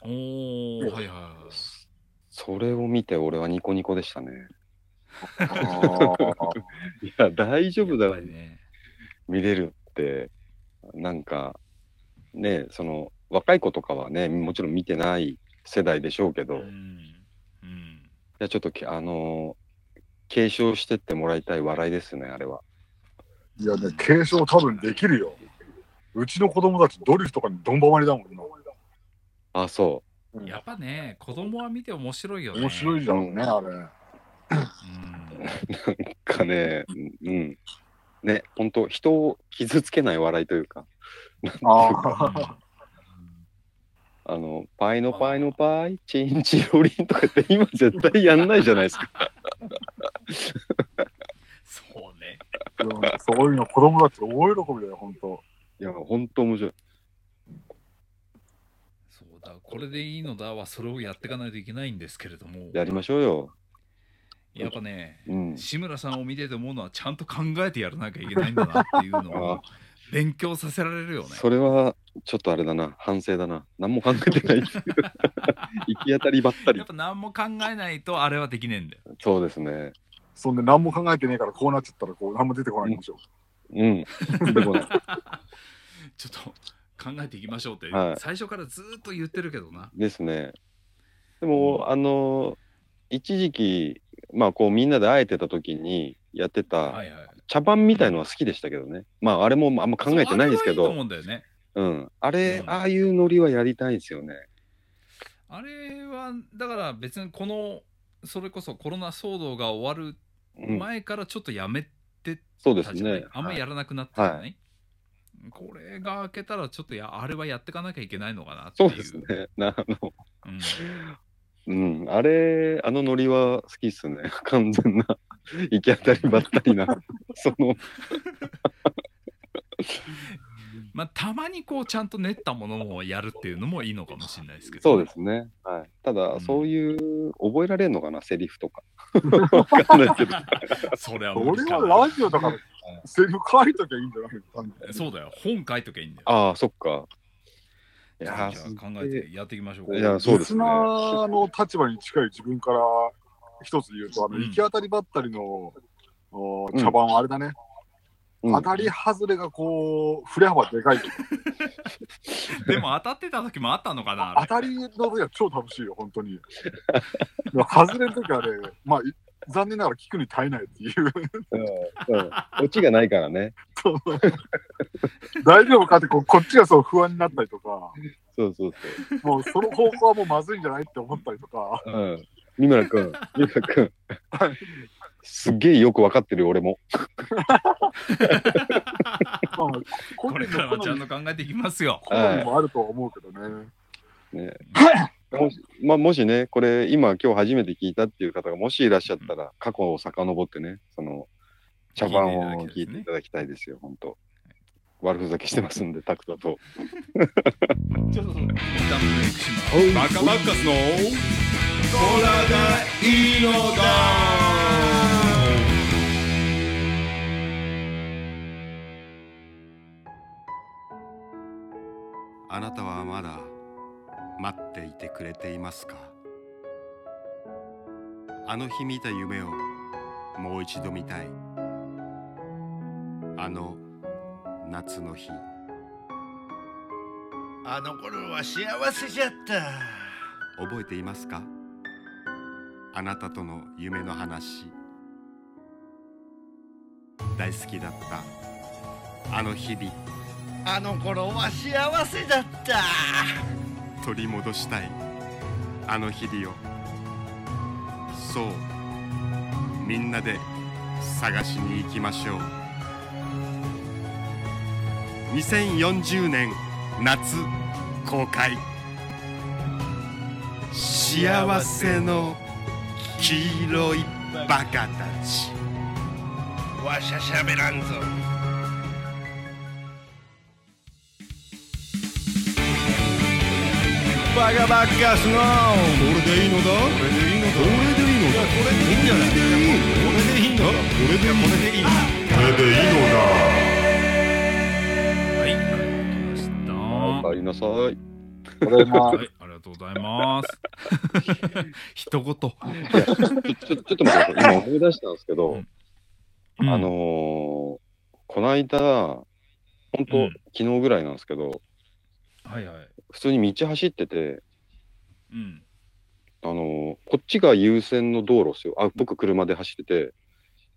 Speaker 1: おーはいはいはい。
Speaker 2: それを見て俺はニコニコでしたね。
Speaker 3: と。
Speaker 2: いや、大丈夫だ
Speaker 1: やっ
Speaker 2: を
Speaker 1: ぱりね。
Speaker 2: 見れるってなんかねその若い子とかはねもちろん見てない世代でしょうけ
Speaker 1: う
Speaker 2: ど、い
Speaker 1: ん。うん。
Speaker 2: やちょっときあのー継承してってもらいたい笑いですねあれは。
Speaker 3: いやね、継承多分できるよ。うちの子供たちドリフとかにどんばまりだもんな。
Speaker 2: あそ
Speaker 1: やっぱね、子供は見て面白いよね。
Speaker 3: 面白いじゃんね、あれ。
Speaker 2: う
Speaker 3: [LAUGHS]
Speaker 2: かねうんうんね本当人を傷つけない笑いというか
Speaker 1: う
Speaker 3: あ
Speaker 1: ん。
Speaker 2: あのパイのパイのパイチンチロリンとかって今
Speaker 1: [LAUGHS]
Speaker 2: 絶対やんないじゃないですか。
Speaker 1: そうね。
Speaker 3: あ、でもそういうの子供だって大喜びだよ、本当。
Speaker 2: いや、本当面白い。
Speaker 1: そうだ、これでいいのだはそれをやっていかないといけないんですけれども、
Speaker 2: やりましょうよ。
Speaker 1: やっぱね、
Speaker 2: うん。
Speaker 1: 志村さんを見てて思うのはちゃんと考えてやらなきゃいけないんだなっていうのを
Speaker 2: [LAUGHS] あ
Speaker 1: 勉強させられるよね。
Speaker 2: それは、ちょっとあれだな、反省だな。何も考え
Speaker 1: [LAUGHS]
Speaker 2: てないっていう行き当たりばった
Speaker 1: や
Speaker 2: り
Speaker 1: っ。ぱ何も考えないとあれはできねえんだよ。
Speaker 2: そうですね。
Speaker 3: そんで何も考えてねえからこうなっちゃったらこう何も出てこないんでしょ。
Speaker 2: うん。でもね
Speaker 1: ちょっと考えていきましょうって、
Speaker 2: はい
Speaker 1: 最初からずーっと言ってるけどな。
Speaker 2: ですね。でも、あの、一時期、まあ、こう、みんなで会えてた時にやって
Speaker 1: は
Speaker 2: た、
Speaker 1: いはい。
Speaker 2: 茶番みたいのは好きでしたけどね。まあ、あれもあんま考えてないですけ
Speaker 1: そうあれはいいと思
Speaker 2: ど、
Speaker 1: うんだよね。
Speaker 2: うん。あれ
Speaker 1: う、ん
Speaker 2: ああいうノリはやりたいんですよね。
Speaker 1: あれはだから別にこのそれこそコロナ騒動が終わ
Speaker 2: う
Speaker 1: る
Speaker 2: ん。
Speaker 1: 前からちょっとやめて
Speaker 2: そうで
Speaker 1: た
Speaker 2: す
Speaker 1: じゃない、
Speaker 2: ね。
Speaker 1: あんまやらなくなったじゃない、これが開けたらちょっとやあれはやっていかなきゃいけないのかなってい
Speaker 2: そううですね。 [LAUGHS] なあの、
Speaker 1: うん
Speaker 2: うん、あれ、あのノリは好きっすね。 [LAUGHS] 完全な行き当たりばった
Speaker 1: [LAUGHS]
Speaker 2: りな、その、
Speaker 1: まあたまにこうちゃんと練ったものをやるっていうのもいいのかもしれないですけど
Speaker 2: そうですね。はい、ただ、
Speaker 1: うん
Speaker 2: そういう、覚えられるのかな、セリ
Speaker 1: [LAUGHS]
Speaker 2: フとか。わかんないけど。
Speaker 1: それは無
Speaker 3: 俺
Speaker 1: 理か
Speaker 3: はラジオだからセリフ書いときゃいいんじゃないの
Speaker 1: そうだよ本書いとけばいいんだよ
Speaker 2: ああ、そっか。い
Speaker 1: じ
Speaker 2: や
Speaker 1: ゃあ
Speaker 2: ー、す
Speaker 1: 考えてやっていきましょうか
Speaker 2: いやそう
Speaker 3: リ
Speaker 2: です
Speaker 3: ス
Speaker 2: ね
Speaker 3: ナーの立場に近い自分から一つ言うと、あの
Speaker 1: うん
Speaker 3: 行き当たりばったりの、お
Speaker 2: うん
Speaker 3: 茶番はあれだね、
Speaker 2: うん
Speaker 3: 当たり外れがこう、振れ幅でかい。
Speaker 1: でも当たってた時もあったのかなあ
Speaker 3: 当
Speaker 1: れ
Speaker 3: たりの時は超楽しいよ、本当に。でも外れる時はね、まあ、い残念ながら聞くに耐えないっていう、 [LAUGHS]
Speaker 2: うんうんオチがないからね。
Speaker 3: 大丈夫かってこう、こっちがそう不安になったりとか、
Speaker 2: そうそう
Speaker 3: もうその方向はもうまずいんじゃないって思ったりと
Speaker 1: [LAUGHS]
Speaker 3: か、
Speaker 2: そう。うん。三村君、三村君。すっげえよくわかってるよ、俺も。
Speaker 3: まあ、個
Speaker 1: これ
Speaker 3: 人
Speaker 1: から
Speaker 3: の
Speaker 1: はち
Speaker 3: 好
Speaker 1: ゃ
Speaker 3: み
Speaker 1: んと考えていきますよ
Speaker 3: 好みもあるとは思うけどね。
Speaker 2: ね、もしまあ、もしね、これ、今、今日初めて聞いたっていう方が、もしいらっしゃったら、過去を遡ってね、その、茶番を聞
Speaker 1: 聞
Speaker 2: い
Speaker 1: い
Speaker 2: て
Speaker 1: て
Speaker 2: い
Speaker 1: い
Speaker 2: ただきたいですよ、本当悪ふざけしてますんで、タクト
Speaker 1: ちょっ
Speaker 2: と。
Speaker 1: とダブルエクシマンバカバッカスの空がいいのだ
Speaker 4: あなたはまだ待っていてくれていますかあの日見た夢をもう一度見たいあの夏の日
Speaker 5: あの頃は幸せじゃった
Speaker 4: 覚えていますかあなたとの夢の話大好きだったあの日々
Speaker 5: あの頃は幸せだった
Speaker 4: 取り戻したいあの日々をそうみんなで探しに行きましょう2040年夏公開幸せの黄色いバカたち
Speaker 5: わしゃしゃべらんぞバカバッカスのこれでいいのだこれでいいのだこれでいいのだこれでいいんじゃないこれでいいのだこれでいいのだ
Speaker 1: はい、いただきました
Speaker 2: おかえりなさい。
Speaker 3: これま
Speaker 1: はい、ありがとうござい
Speaker 2: [LAUGHS]
Speaker 1: ます。一言。
Speaker 2: いやちょちょちょっと待ってください、今思い出したんですけど、
Speaker 1: うん
Speaker 2: あのー、こないだ、本当、
Speaker 1: うん
Speaker 2: 昨日ぐらいなんですけど、
Speaker 1: はいはい。
Speaker 2: 普通に道走ってて、
Speaker 1: うん。
Speaker 2: あのーこっちが優先の道路ですよ。あ、僕車で走ってて、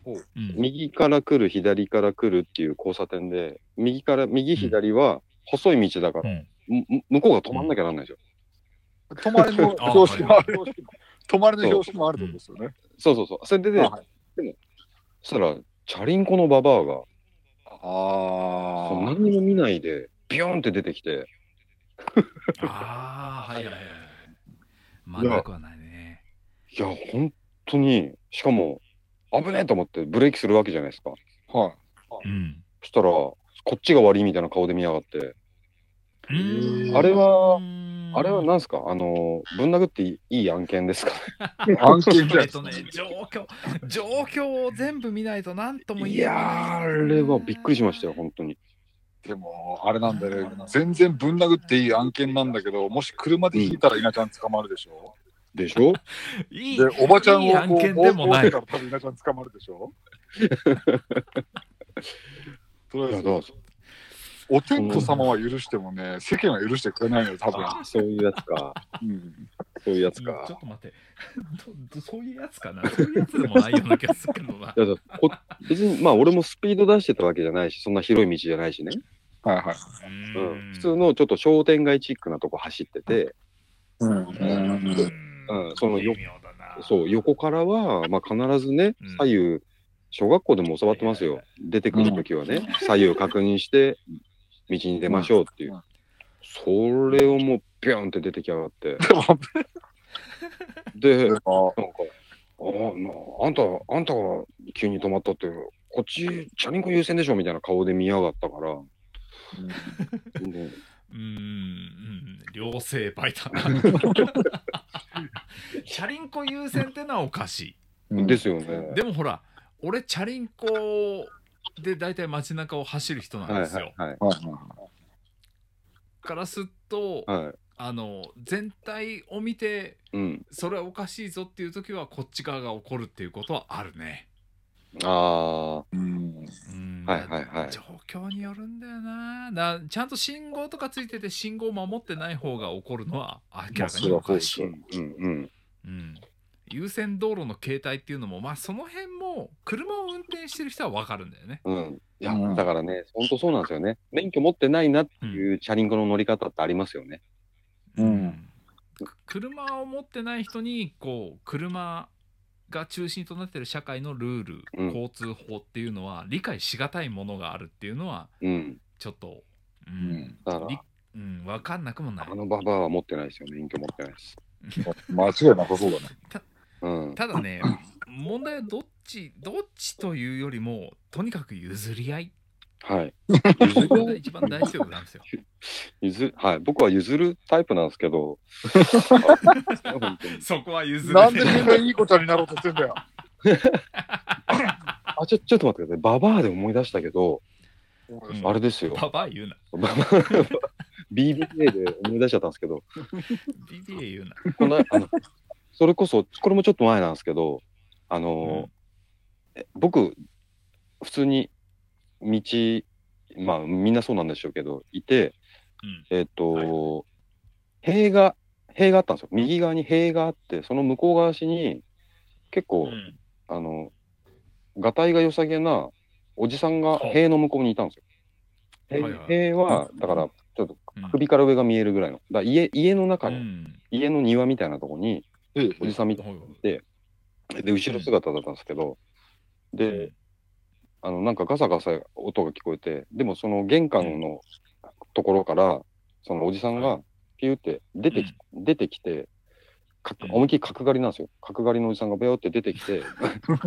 Speaker 1: うん。
Speaker 2: 右から来る、左から来るっていう交差点で、右から、右左は細い道だから、
Speaker 1: うん
Speaker 2: むむ向こうが止まんなきゃなんないでしょ。
Speaker 3: [LAUGHS] あ、泊まれの標識もある。泊まれの標識もあるってことですよね。
Speaker 2: そうそうそう。それで、ね
Speaker 3: あはい
Speaker 2: そしたら、チャリンコのババアが、
Speaker 3: あ
Speaker 2: そう何にも見ないで、ビヨーンって出てきて、
Speaker 1: ああ、はいはいはい。まあ、なくはないね。
Speaker 2: いや、本当に、しかも、危ねえと思ってブレーキするわけじゃないですか。
Speaker 3: あ。はい。
Speaker 1: うん
Speaker 2: そしたら、こっちが悪いみたいな顔で見やがって、
Speaker 1: うん
Speaker 2: あれは
Speaker 1: うん
Speaker 2: あれはなんすかあの、ぶん殴っていいいい案件ですか
Speaker 3: 案件じゃ
Speaker 1: え
Speaker 3: な
Speaker 1: っ
Speaker 3: い
Speaker 1: とね、状況、状況を全部見ないと何とも言え
Speaker 2: いやー、あれはびっくりしましたよ、本当に。
Speaker 3: でも、あれなんだよね。全然ぶん殴っていい案件なんだけど、もし車で引いたら稲ちゃん捕まるでしょ。
Speaker 2: でし
Speaker 1: [LAUGHS]
Speaker 2: ょ
Speaker 1: いい
Speaker 3: で、おばちゃん
Speaker 1: いい
Speaker 3: を
Speaker 1: 案
Speaker 3: こう、
Speaker 1: 件でもない
Speaker 3: 追って。たら多分稲ちゃん捕まるでしょ。
Speaker 2: いや
Speaker 3: とりあえ
Speaker 2: だから
Speaker 3: ず、お天道様は許してもね、世間は許してくれないのよ、多分。
Speaker 2: あそういうやつか。
Speaker 3: うん、
Speaker 2: そういうやつ
Speaker 1: ち
Speaker 2: か
Speaker 1: ょ。っと待って、どどそういうやつかなそういうやつでもないような気がするけどな。
Speaker 2: いやだからこ [LAUGHS] 別に、まあ俺もスピード出してたわけじゃないし、そんな広い道じゃないしね。
Speaker 3: はいはい。
Speaker 2: うん、普通のちょっと商店街チックなとこ走ってて、
Speaker 3: うん
Speaker 2: うんそのよ
Speaker 1: 微妙だな
Speaker 2: そう、横からは、まあ必ずね
Speaker 1: うん、
Speaker 2: 左右、小学校でも教わってます
Speaker 1: はい
Speaker 2: よ
Speaker 1: は。
Speaker 2: 出てくるときはね、左右確認して、道に出ましょうっていう。それをもう、ビューンって出てきやがって。で、なんか、ああ、まあ、あんた、あんたが急に止まったって、こっち、チャリンコ優先でしょみたいな顔で見やがったから。 [LAUGHS] で
Speaker 1: うーん、両成敗だな。
Speaker 2: [LAUGHS]
Speaker 1: チャリンコ優先ってのはおかし
Speaker 3: うん
Speaker 2: ですよね
Speaker 1: い。。でもほら、俺、チャリンコで大体街中を走る人なん
Speaker 2: はい
Speaker 1: ですよ。
Speaker 2: はいはい。
Speaker 3: はいはい
Speaker 1: からすっと、
Speaker 2: はい。
Speaker 1: あの全体を見て、
Speaker 2: うん。
Speaker 1: それはおかしいぞっていう時は、こっち側が怒るっていうことはあるね。
Speaker 2: あ
Speaker 3: うん
Speaker 1: うん
Speaker 2: はいはいはい
Speaker 1: 状況によるんだよななちゃんと信号とかついてて信号を守ってない方が起こるのは明らかにおかしい、
Speaker 2: あ、うんうん。
Speaker 1: うん、優先道路の形態っていうのもまあその辺も車を運転してる人は分かるんだよね
Speaker 2: うん。いや、
Speaker 3: うん
Speaker 2: だからね、本当そうなんですよね。免許持ってないなっていうチャリンコの乗り方ってありますよね。
Speaker 3: うん
Speaker 1: く車を持ってない人にこう車が中心となってる社会のルール、
Speaker 2: うん
Speaker 1: 交通法っていうのは理解しがたいものがあるっていうのは
Speaker 2: うん。
Speaker 1: ちょっと、う
Speaker 3: うん
Speaker 1: ん
Speaker 2: だから
Speaker 1: り、うん、分かんなくもない
Speaker 2: あのババアは持ってないですよね。免許持ってないです。
Speaker 3: 間違いなさそうだね。
Speaker 2: うん。
Speaker 1: ただね、問題はどっち、どっちというよりも、とにかく譲り合い。
Speaker 2: はい。
Speaker 1: 譲り合い
Speaker 2: 譲
Speaker 1: が
Speaker 2: る
Speaker 1: 一番大事でございますよ。
Speaker 2: 譲るはい。僕は譲るタイプなんです
Speaker 1: [LAUGHS]
Speaker 2: けど。本当に
Speaker 1: そこは譲る。
Speaker 3: なんでみんないい子ちゃんになろうとしてんだよ。
Speaker 2: あ、ちょ、ちょっと待ってください。ババアで思い出したけど、
Speaker 1: うん
Speaker 2: あれですよ。
Speaker 1: [LAUGHS] パパ言うな。
Speaker 2: ババア BDA で思い出しちゃったんですけど、
Speaker 1: BDA 言うな。
Speaker 2: このあのそれこそ、これもちょっと前なんですけど、あのーえ僕、普通に道、まあみんなそうなんでしょうけど、いて、
Speaker 1: うん
Speaker 2: えっ、と、塀が、塀があったんですよ。右側に塀があって、その向こう側しに、結
Speaker 1: う
Speaker 2: 構、
Speaker 1: ん
Speaker 2: あの、がたいが良さげなおじさんが塀の向こうにいたんですよ。塀
Speaker 1: はいはい
Speaker 2: 塀は、だから、ちょっと
Speaker 1: うん
Speaker 2: 首から上が見えるぐらいの。だから家家の中
Speaker 1: う
Speaker 2: の、
Speaker 1: ん
Speaker 2: 家の庭みたいなとこに、おじさんみたい
Speaker 1: ほい
Speaker 2: で、後ろ姿だったんですけど、で、あの、なんかガサガサ音が聞こえて、でもその玄関のところから、そのおじさん
Speaker 1: は
Speaker 2: が、ピューって出てき、出てきて、か
Speaker 1: うん
Speaker 2: 思いっきり角刈りなんですよ。角刈りのおじさんがべよって出てき
Speaker 1: [LAUGHS]
Speaker 2: て、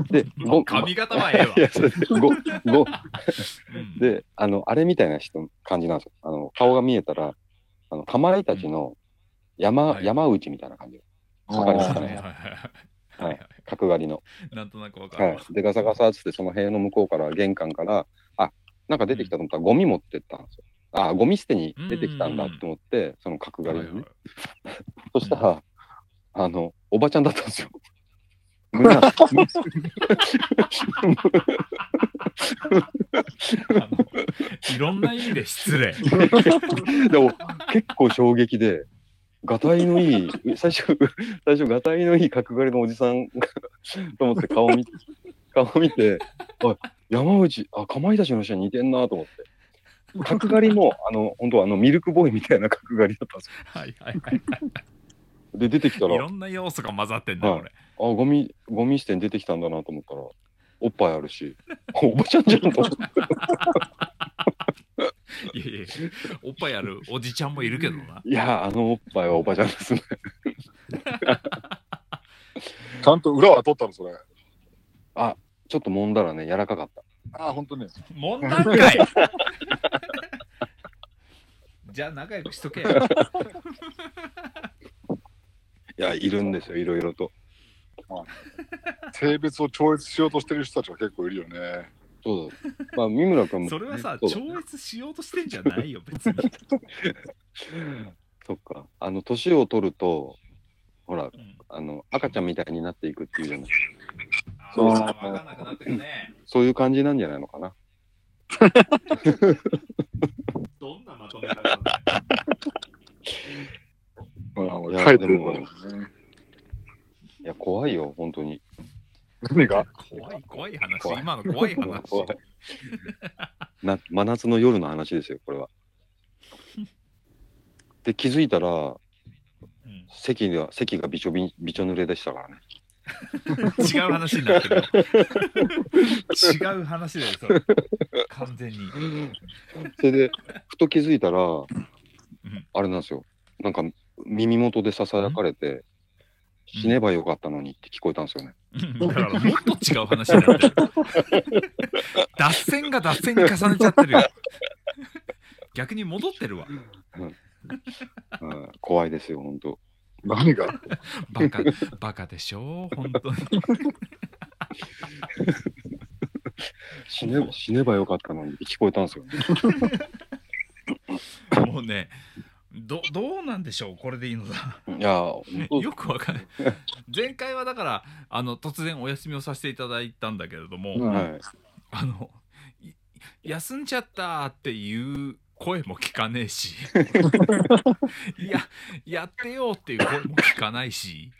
Speaker 2: で、
Speaker 1: ほい
Speaker 2: ご
Speaker 1: 髪型はええわ
Speaker 2: [LAUGHS] い。や、それで、ご、ご、
Speaker 1: うん、
Speaker 2: で、あの、あれみたいな人、感じなんですよ。あの、顔が見えたら、あの、かまいたちの山、
Speaker 1: はい
Speaker 2: 山内みたいな感じ。わか
Speaker 1: はい
Speaker 2: り
Speaker 1: は
Speaker 2: ます
Speaker 1: い
Speaker 2: か
Speaker 1: はい
Speaker 2: ね。
Speaker 1: は
Speaker 2: はいい。角刈りの。
Speaker 1: なんとなくわか
Speaker 2: は
Speaker 1: るわ
Speaker 2: い。。で、ガサガサっつって、その塀の向こうから、玄関から、あ、なんか出てきたと思ったら、ゴミ持ってったんですよ。あ、ゴミ捨てに出てきたんだって思って、その角刈り
Speaker 1: はい
Speaker 2: の
Speaker 1: は
Speaker 2: ね
Speaker 1: い。
Speaker 2: そしたら、あの、おばちゃんだったんで
Speaker 1: [LAUGHS]
Speaker 2: すよ。胸、
Speaker 1: あのいろんな意味で失礼。
Speaker 2: でも結構衝撃で、がたいのいい、最初、最初、がたいのいい角刈りのおじさんがと思って顔見て、顔見て、あ、山内、あ、かまいたちの人に似てんなと思って。角刈りも、あの、本当あの、ミルクボーイみたいな角刈りだったんです
Speaker 1: はいはいはい。
Speaker 2: よ。で、出てきた
Speaker 1: い
Speaker 2: ら、
Speaker 1: ろ
Speaker 2: あ、
Speaker 1: んな要素が混ざってんだ、
Speaker 2: はい
Speaker 1: 俺。
Speaker 2: ゴミ、ゴミ捨てに出てきたんだなと思ったら、おっぱいあるし、おばちゃんじゃんと思って。
Speaker 1: いやいや、おっぱいあるおじちゃんもいるけどな。
Speaker 2: いや、あのおっぱいはおばちゃんですね。
Speaker 3: ちゃんと裏は取ったの、それ。
Speaker 2: ちょっと揉んだらね、柔らかかった。
Speaker 3: ああ、本当ね。
Speaker 1: もんなんかい [LAUGHS] じゃあ仲良くしとけよ。
Speaker 2: や、いるんですよ、いろいろと。
Speaker 3: 性別を超越しようとしてる人たちが結構いるよね。
Speaker 2: そうだ。まあ、三村君も。
Speaker 1: それはさ、
Speaker 2: そうだ
Speaker 1: 超越しようとしてんじゃないよ、別に。
Speaker 2: そっか。あの、年を取ると、ほら、
Speaker 1: うん
Speaker 2: あの、赤ちゃんみたいになっていくっていうじゃない。
Speaker 1: そうわかんなくなってるね。
Speaker 2: そういう感じなんじゃないのかな。
Speaker 1: どんなまとめ方なんだよ
Speaker 2: いや
Speaker 3: 書いてるの
Speaker 2: で
Speaker 3: ね
Speaker 2: も。いや、怖いよ、本当に。
Speaker 3: 何が
Speaker 1: 怖い怖い話、
Speaker 2: 怖い
Speaker 1: 今の怖い話。
Speaker 2: 怖い。な真夏の夜の話ですよ、これは。で、気づいたら、
Speaker 1: うん
Speaker 2: 席が、席がびちょび、びちょ濡れでしたからね。
Speaker 1: 違う話になってるよ。違う話だよ、それ。完全に。
Speaker 2: それで、ふと気づいたら、
Speaker 1: ん
Speaker 2: あれなんですよ。なんか、耳元でささやかれて、
Speaker 1: うん
Speaker 2: 死ねばよかったのにって聞こえたんですよね。
Speaker 1: うんだからもっと違う話になってる。脱線が脱線に重ねちゃってるよ。逆に戻ってるわ。
Speaker 2: うん、怖いですよ、本当。
Speaker 3: 何が
Speaker 1: バカ、バカでしょ本当に。
Speaker 2: 死ね死ねばよかったのにって聞こえたんですよ、ね。
Speaker 1: もうね、ど、どうなんでしょうこれでいいのだ。
Speaker 2: いやー、本
Speaker 1: よくわかんない。前回はだから、あの、突然お休みをさせていただいたんだけれども、
Speaker 2: 当。
Speaker 3: うん
Speaker 2: はい。
Speaker 1: あの、い休んじゃったっていう声も聞かねえ
Speaker 3: [LAUGHS]
Speaker 1: し、いや、やってよっていう声も聞かないし、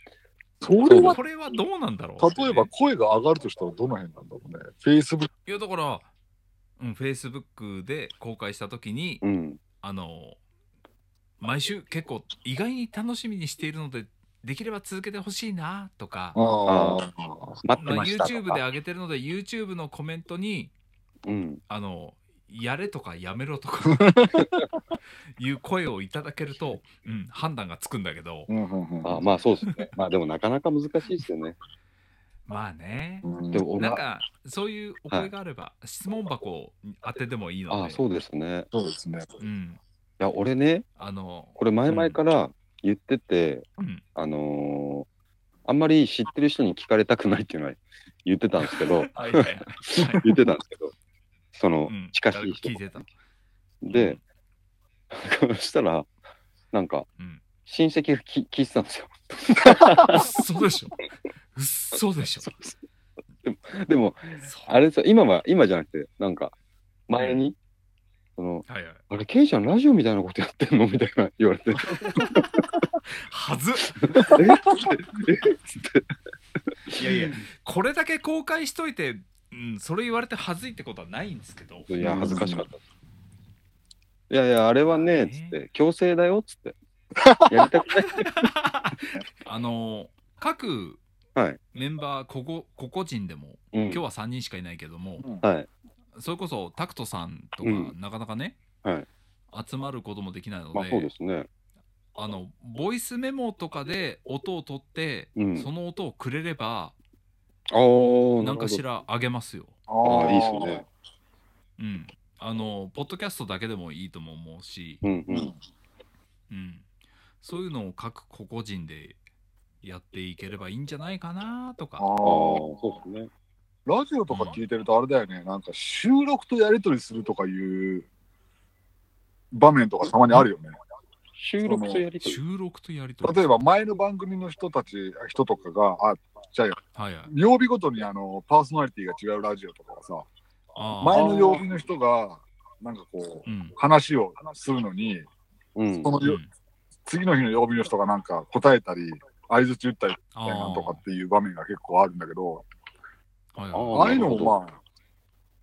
Speaker 3: それは、
Speaker 1: これはどうなんだろう
Speaker 3: 例えば声が上がるとしたらどの辺なんだろうね。Facebook
Speaker 1: いやだから、うん、Facebook で公開した時に、
Speaker 2: うん。
Speaker 1: あの、毎週結構意外に楽しみにしているので、できれば続けてほしいなとか、
Speaker 3: あ
Speaker 2: あ
Speaker 3: あ。
Speaker 2: 待って
Speaker 1: ま
Speaker 2: ま
Speaker 1: あ、
Speaker 2: したと
Speaker 1: YouTube で
Speaker 2: か。
Speaker 1: 上げてるので YouTube のコメントに
Speaker 2: うん。
Speaker 1: あのやれとかやめろ
Speaker 2: [LAUGHS]
Speaker 1: とかいう声をいただけると、うん、判断がつくんだけど
Speaker 3: うんうんうん
Speaker 2: あまあそうです
Speaker 1: [LAUGHS]
Speaker 2: ね。まあでもなかなか難しいですよね。
Speaker 1: まあね
Speaker 3: うん
Speaker 2: でも俺
Speaker 1: なん
Speaker 2: は、
Speaker 1: かそういうお声があれば、質問箱を当ててもいいので
Speaker 2: あそうですね。い
Speaker 3: そうですね。
Speaker 1: うん、
Speaker 2: や、俺ね、
Speaker 1: あの
Speaker 2: これ前々から言ってて、
Speaker 1: うん、
Speaker 2: あのーあんまり知ってる人に聞かれたくないっていうのは言ってたんですけど
Speaker 1: [LAUGHS] はいはいはいはい
Speaker 2: 言ってたんですけど、その
Speaker 1: うん、
Speaker 2: 近しい人
Speaker 1: 聞いてた、
Speaker 2: で、 [LAUGHS] そしたら、なんか、
Speaker 1: うん、
Speaker 2: 親戚がき聞いてたんですよ。 [LAUGHS]
Speaker 1: 嘘でしょ嘘でしょ
Speaker 2: でも、あれさ、今は、今じゃなくて、なんか、前に、その、
Speaker 1: はいはい
Speaker 2: あれ、ケイちゃんラジオみたいなことやってんのみ [LAUGHS] たいな言わ
Speaker 1: [LAUGHS]
Speaker 2: れて、
Speaker 1: はず
Speaker 2: ええ
Speaker 1: いやいや、これだけ公開しといて、うん、それ言われて恥ずいってことはないんですけど。
Speaker 2: いや、恥ずかしかった。いやいや、あれはね、つって、強制だよ、つって。やりたく
Speaker 1: [LAUGHS]
Speaker 2: ない。
Speaker 1: あの、各
Speaker 2: はい
Speaker 1: メンバー、ここ、個々人でも、
Speaker 2: うん
Speaker 1: 今日は3人しかいないけども、
Speaker 2: はい。
Speaker 1: それこそタクトさんとか、
Speaker 2: うん
Speaker 1: なかなかね、
Speaker 2: はい
Speaker 1: 集まることもできないので,、
Speaker 2: まあそうですね。
Speaker 1: あの、ボイスメモとかで音を取って、
Speaker 2: うん
Speaker 1: その音をくれれば、
Speaker 2: ああ、
Speaker 1: なんかし
Speaker 2: ら。
Speaker 1: らあげますよ。
Speaker 3: あ
Speaker 2: ああ、
Speaker 3: ー
Speaker 2: いいっすね。。
Speaker 1: うん。あの、ポッドキャストだけでもいいとも思うし、
Speaker 2: うんうん。
Speaker 1: うん、そういうのを各個々人でやっていければいいんじゃないかなと
Speaker 3: あ
Speaker 1: か、
Speaker 2: ああ、
Speaker 3: ー
Speaker 2: そうですね。
Speaker 3: ラジオとか聞いてるとあれだよね、なんか収録とやり取りするとかいう場面とかたまにあるよね。
Speaker 2: 収録とやりとり。
Speaker 1: 収録とやりとり。
Speaker 3: 例えば前の番組の人たち、人とかが、あ、じゃあ、
Speaker 1: はいはい。
Speaker 3: 曜日ごとにあの、パーソナリティが違うラジオとかはさ、
Speaker 1: あ
Speaker 3: 前の曜日の人が、なんかこう
Speaker 1: あ、、うん。
Speaker 3: 話をするのに、
Speaker 2: うん
Speaker 3: そ。のよ
Speaker 1: うん
Speaker 3: 次の日の曜日の人がなんか答えたり、相槌打ったり
Speaker 1: あ
Speaker 3: みたいな
Speaker 1: あ
Speaker 3: のとかっていう場面が結構あるんだけど、
Speaker 1: はい
Speaker 2: あ
Speaker 1: は
Speaker 2: ー
Speaker 3: ああいうのもまあ、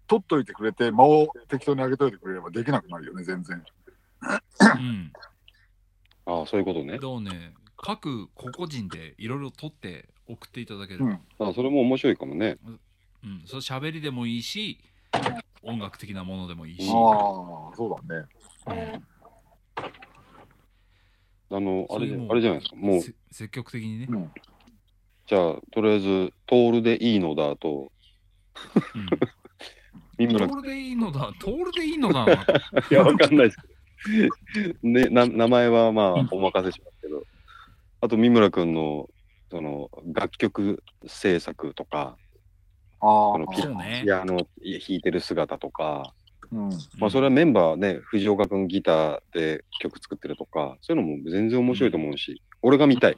Speaker 3: 取っといてくれて、間を適当に上げといてくれればできなくなるよね、全然。
Speaker 1: い。うん。
Speaker 2: ああ、そういうことね
Speaker 1: だ。からね、各個々人でいろいろ撮って送っていただけれ
Speaker 3: う
Speaker 1: ば、
Speaker 3: ん。
Speaker 2: ああそれも面白いかもね。
Speaker 1: うんそれ喋りでもいいし、音楽的なものでもいいし、
Speaker 3: ああ、そうだね。
Speaker 2: あの、あ
Speaker 1: そう
Speaker 2: れ
Speaker 1: いう
Speaker 2: じゃ
Speaker 1: もう
Speaker 2: あれじゃないですか。もう、
Speaker 1: せ積極的にね
Speaker 3: う、ん。
Speaker 2: じゃあ、とりあえず、トールでいいのだと、
Speaker 1: うん
Speaker 2: 三
Speaker 1: ト
Speaker 2: 村
Speaker 1: ールでいいのだ、トールでいいのだ
Speaker 2: [LAUGHS]
Speaker 1: な。
Speaker 2: いや、わかんないですけど。ね、な名前はまあ、お任せしますけど、あと、三村君の、その、楽曲制作とか、
Speaker 3: ああ
Speaker 2: このピ
Speaker 1: そうね。
Speaker 2: ピアノい弾いてる姿とか、
Speaker 3: うん、
Speaker 2: まあ、それはメンバーね、藤岡君ギターで曲作ってるとか、そういうのも全然面白いと思うし、俺が見たい。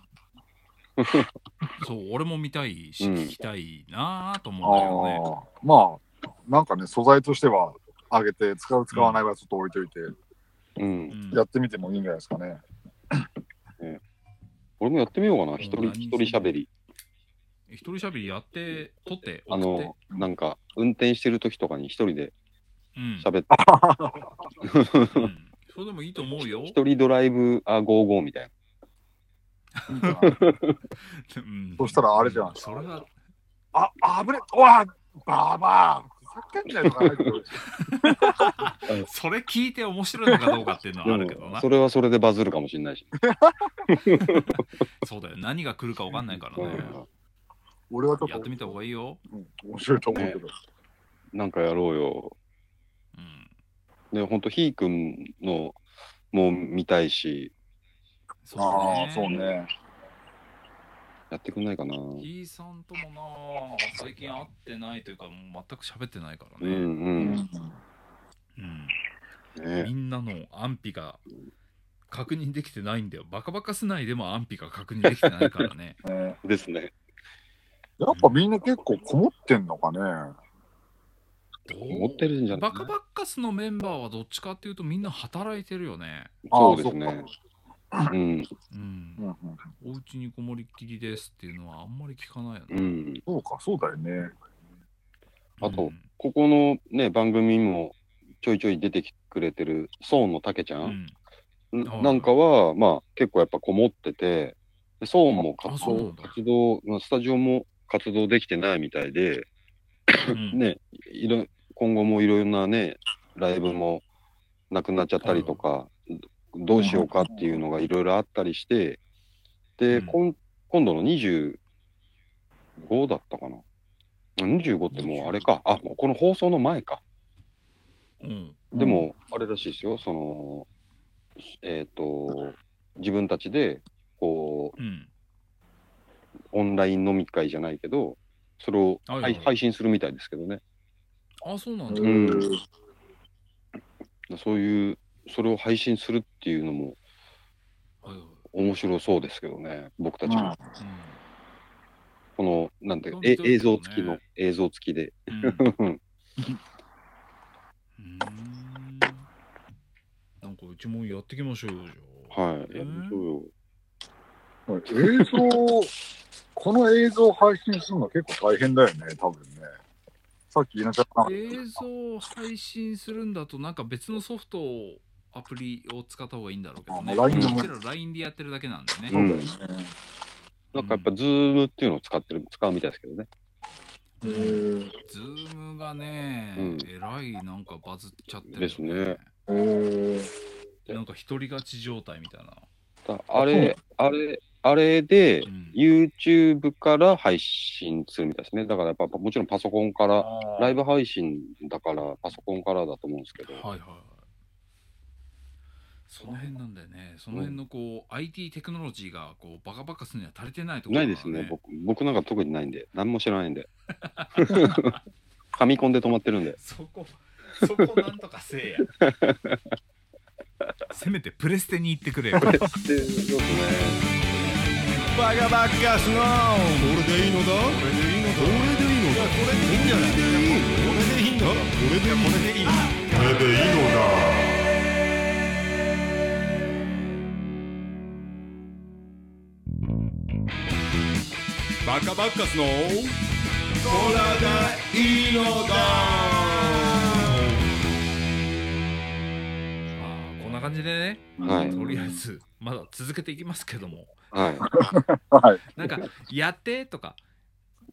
Speaker 1: そう、俺も見たいし、
Speaker 2: うん
Speaker 1: 聞きたいなぁと
Speaker 3: ああ
Speaker 1: 思うんだ
Speaker 3: ーまあなんかね素材としては上げて使う使わないはちょっと置いといて、
Speaker 2: う
Speaker 1: けど
Speaker 2: ん。
Speaker 1: ね。
Speaker 3: やってみてもいいんじゃないですかね
Speaker 2: 俺もやってみようかな、一
Speaker 1: う
Speaker 2: 人
Speaker 1: ん
Speaker 2: 一人喋り。
Speaker 1: うん、一人しゃべりやって、撮って、
Speaker 2: あ
Speaker 1: 送って
Speaker 2: の。、なんか、運転してる時とかに一人で
Speaker 1: うん
Speaker 2: 喋って、
Speaker 1: うんそれでもいいと思うよ。
Speaker 2: 一人ドライブ、あ、55みたいな。
Speaker 1: うん
Speaker 3: そしたらあれじゃん
Speaker 1: それは、
Speaker 3: ああぶねうわバーバーふざけんなよとかないけど
Speaker 1: それ聞いて面白いのかどうかっていうのはあるけ
Speaker 2: で
Speaker 1: ど
Speaker 2: も
Speaker 1: な。
Speaker 2: それはそれでバズるかもしれないし。
Speaker 1: そうだよ。何が来るかわかんないからね。
Speaker 3: 俺はちょっと
Speaker 1: やってみた方がいいよ。
Speaker 3: うん面白いと思うけど、
Speaker 2: なんかやろうよ。
Speaker 1: うん。
Speaker 2: で、ほんと、ひーくんのも見たいし、
Speaker 1: そ
Speaker 3: ああそう
Speaker 1: だね。
Speaker 3: ね
Speaker 2: やってくんないかな。
Speaker 1: ひーさんともな最近会ってないというか、もう全く喋ってないか
Speaker 2: う
Speaker 1: ら
Speaker 2: んう
Speaker 1: ね。
Speaker 2: ん。
Speaker 1: うん
Speaker 2: ね
Speaker 1: みんなの安否が確認できてないんだよ。バカバカすないでも安否が確認できてないからね。
Speaker 3: ね
Speaker 2: ですね。
Speaker 3: やっぱみんな結構こもってんのかね
Speaker 2: 持ってるんじゃな
Speaker 1: バ
Speaker 2: い
Speaker 1: カバカすのメンバーはどっちかっていうとみんな働いてるよね。
Speaker 2: そうです
Speaker 3: ああそ
Speaker 2: ね
Speaker 3: っ。
Speaker 1: う
Speaker 2: うん。
Speaker 1: ん
Speaker 3: う。んうん
Speaker 1: お家にこもりっきりですっていうのはあんまり聞かないよ
Speaker 2: う
Speaker 1: ね。
Speaker 2: ん。
Speaker 3: そうかそうだよね
Speaker 2: あと
Speaker 1: うん
Speaker 2: ここのね、番組にもちょいちょい出てきてくれてる、ソーンのたけちゃ、
Speaker 1: うんん。
Speaker 2: んなんかは、まあ、結構やっぱこもってて、でソーンも活
Speaker 1: あそうな
Speaker 2: 動
Speaker 1: んだ
Speaker 2: 活動、まあスタジオも活動できてないみたいで、
Speaker 1: うん
Speaker 2: ね、いろ今後もいろんなね、ライブもなくなっちゃったりとか、どうしようかっていうのがいろいろあったりして、で、
Speaker 1: うん
Speaker 2: こん今度の25だったかな。25ってもうあれか。あ、もうこの放送の前か。
Speaker 1: うん。
Speaker 2: でも、あれらしいですよ。その、えっ、と、自分たちで、こう、
Speaker 1: うん。
Speaker 2: オンライン飲み会じゃないけど、それを
Speaker 1: はい
Speaker 2: 配,、
Speaker 1: はい
Speaker 2: 配信するみたいですけどね。
Speaker 1: あ、そうなんだ。
Speaker 2: ん
Speaker 3: うん
Speaker 2: そういう、それを配信するっていうのも、
Speaker 1: はいはい
Speaker 2: 面白そうですけどね、僕たち
Speaker 3: ま
Speaker 2: も
Speaker 3: あ。
Speaker 2: この、なんていうか、
Speaker 1: 本当
Speaker 2: え
Speaker 1: ですよね
Speaker 2: 映像付きの、映像付きで。
Speaker 1: うん。うん
Speaker 2: う
Speaker 1: う
Speaker 2: ん
Speaker 1: ーんなんかうちもやっていきましょうよ。じゃあ
Speaker 2: はい。やりましょうよ
Speaker 3: 映像、この映像を配信するの結構大変だよね、多分ね。さっき言いなちゃったな。
Speaker 1: 映像を配信するんだと、なんか別のソフトを、アプリを使った方がいいんだろうけどね。
Speaker 3: あ LINE
Speaker 1: う
Speaker 3: で
Speaker 1: ち
Speaker 3: も
Speaker 1: ら LINE でやってるだけなんでね。
Speaker 2: う
Speaker 3: そうだ
Speaker 2: ん
Speaker 3: よね。
Speaker 2: なんかやっぱ、ズームっていうのを使ってる、使うみたいですけどね。
Speaker 3: えー
Speaker 1: ズームがね、
Speaker 2: うん
Speaker 1: えらいなんかバズっちゃってる、
Speaker 2: ですね。
Speaker 3: えー
Speaker 1: なんか独り勝ち状態みたいな。
Speaker 2: だあれ、あれ、あれで
Speaker 1: う、ん
Speaker 2: YouTube から配信するみたいですね。だからやっぱ、もちろんパソコンから、ライ
Speaker 1: ブ
Speaker 2: ブ配信だから、パソコンからだと思うんですけど。
Speaker 1: はいはいはい。その辺なんだよね。その辺のこう、IT テクノロジーがこうバカバカするには足りてないところ
Speaker 2: ない
Speaker 1: が
Speaker 2: ですね。僕、僕なんか特にないんで、何も知らないんで。 [LAUGHS] ファミコンで止まってるんで。
Speaker 1: [LAUGHS] そこ、そこなんとかせえ
Speaker 2: [LAUGHS]
Speaker 1: や。せめてプレステに行ってくれ
Speaker 2: [LAUGHS]
Speaker 1: よ。
Speaker 2: そうですね。
Speaker 5: バカバカすなこれでいいのだこれでいいのだこれでいいのだこれでいいんじゃないこれでいいんだこれでこれでいいこれでいいのだバカバカすのこれでいいのだ
Speaker 1: まあ、こんな感じでね、
Speaker 2: はい
Speaker 1: とりあえず、まだ続けていきますけども、
Speaker 2: はい。
Speaker 3: はい。
Speaker 1: なん
Speaker 2: [LAUGHS]
Speaker 1: か、やってとか、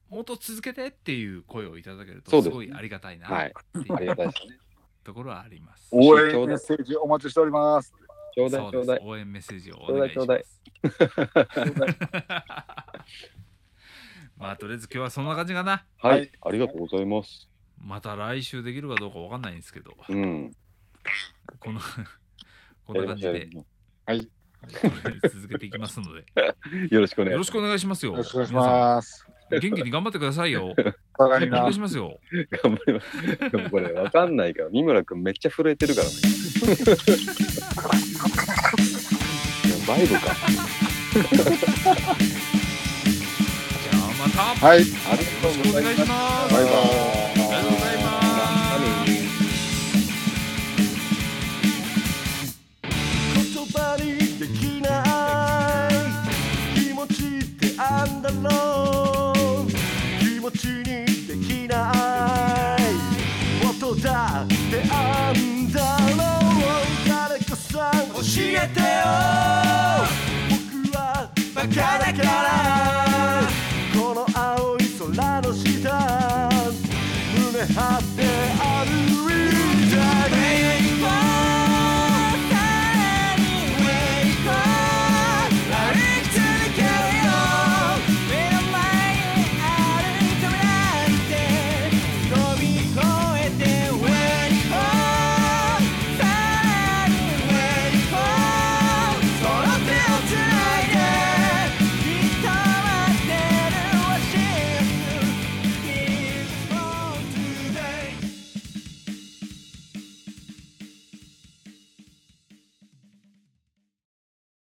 Speaker 1: もっと続けてっていう声をいただける
Speaker 2: そ
Speaker 1: と、
Speaker 2: うですす
Speaker 1: ごいありがたいな
Speaker 2: は
Speaker 1: っ
Speaker 2: い
Speaker 1: てい [LAUGHS]
Speaker 2: あり
Speaker 1: う
Speaker 2: がたいですね。
Speaker 1: ところはあります。
Speaker 3: 応援メッセージお待ちしております。
Speaker 2: ちょうだ
Speaker 1: そ
Speaker 2: い、
Speaker 1: う
Speaker 2: ち
Speaker 1: で
Speaker 2: ょう
Speaker 1: す
Speaker 2: だい。
Speaker 1: 応援メッセージをお願いし
Speaker 2: ちょう
Speaker 1: ま
Speaker 2: だい
Speaker 1: す。 [LAUGHS] まあ、とりあえず今日はそんな感じかな。
Speaker 2: は
Speaker 3: はい
Speaker 2: い、ありがとうございます。
Speaker 1: また来週できるかどうかわかんないんですけど、
Speaker 2: うん。
Speaker 1: こ
Speaker 2: [LAUGHS]
Speaker 1: のこんな感じ
Speaker 2: や
Speaker 1: で
Speaker 2: りま
Speaker 1: とりあえず続けていきますので、
Speaker 2: しょうよろしくお願
Speaker 1: よ
Speaker 2: い
Speaker 1: ろ
Speaker 2: し
Speaker 1: しくお願いしますよ。
Speaker 3: よろしくお願いします。
Speaker 1: 皆さん元気に頑張ってくださいよ。
Speaker 3: お互い
Speaker 1: お
Speaker 3: にな
Speaker 1: 願い。しますよ。
Speaker 2: ます。頑張ります。でもこれわかんないから、三村くんめっちゃ震えてるからね。 [LAUGHS] いやバイブか。
Speaker 1: じゃあまた。
Speaker 3: は
Speaker 2: あ
Speaker 3: い。
Speaker 2: りがとうございます。
Speaker 1: ます
Speaker 3: バイ
Speaker 1: ありが
Speaker 3: バ
Speaker 1: とう
Speaker 3: ーイ
Speaker 1: ご。ざいます。
Speaker 5: 言葉にできない気持ちってあんだろう気持ちにできない音だってあんだろう誰かさん教えてよ僕はバカ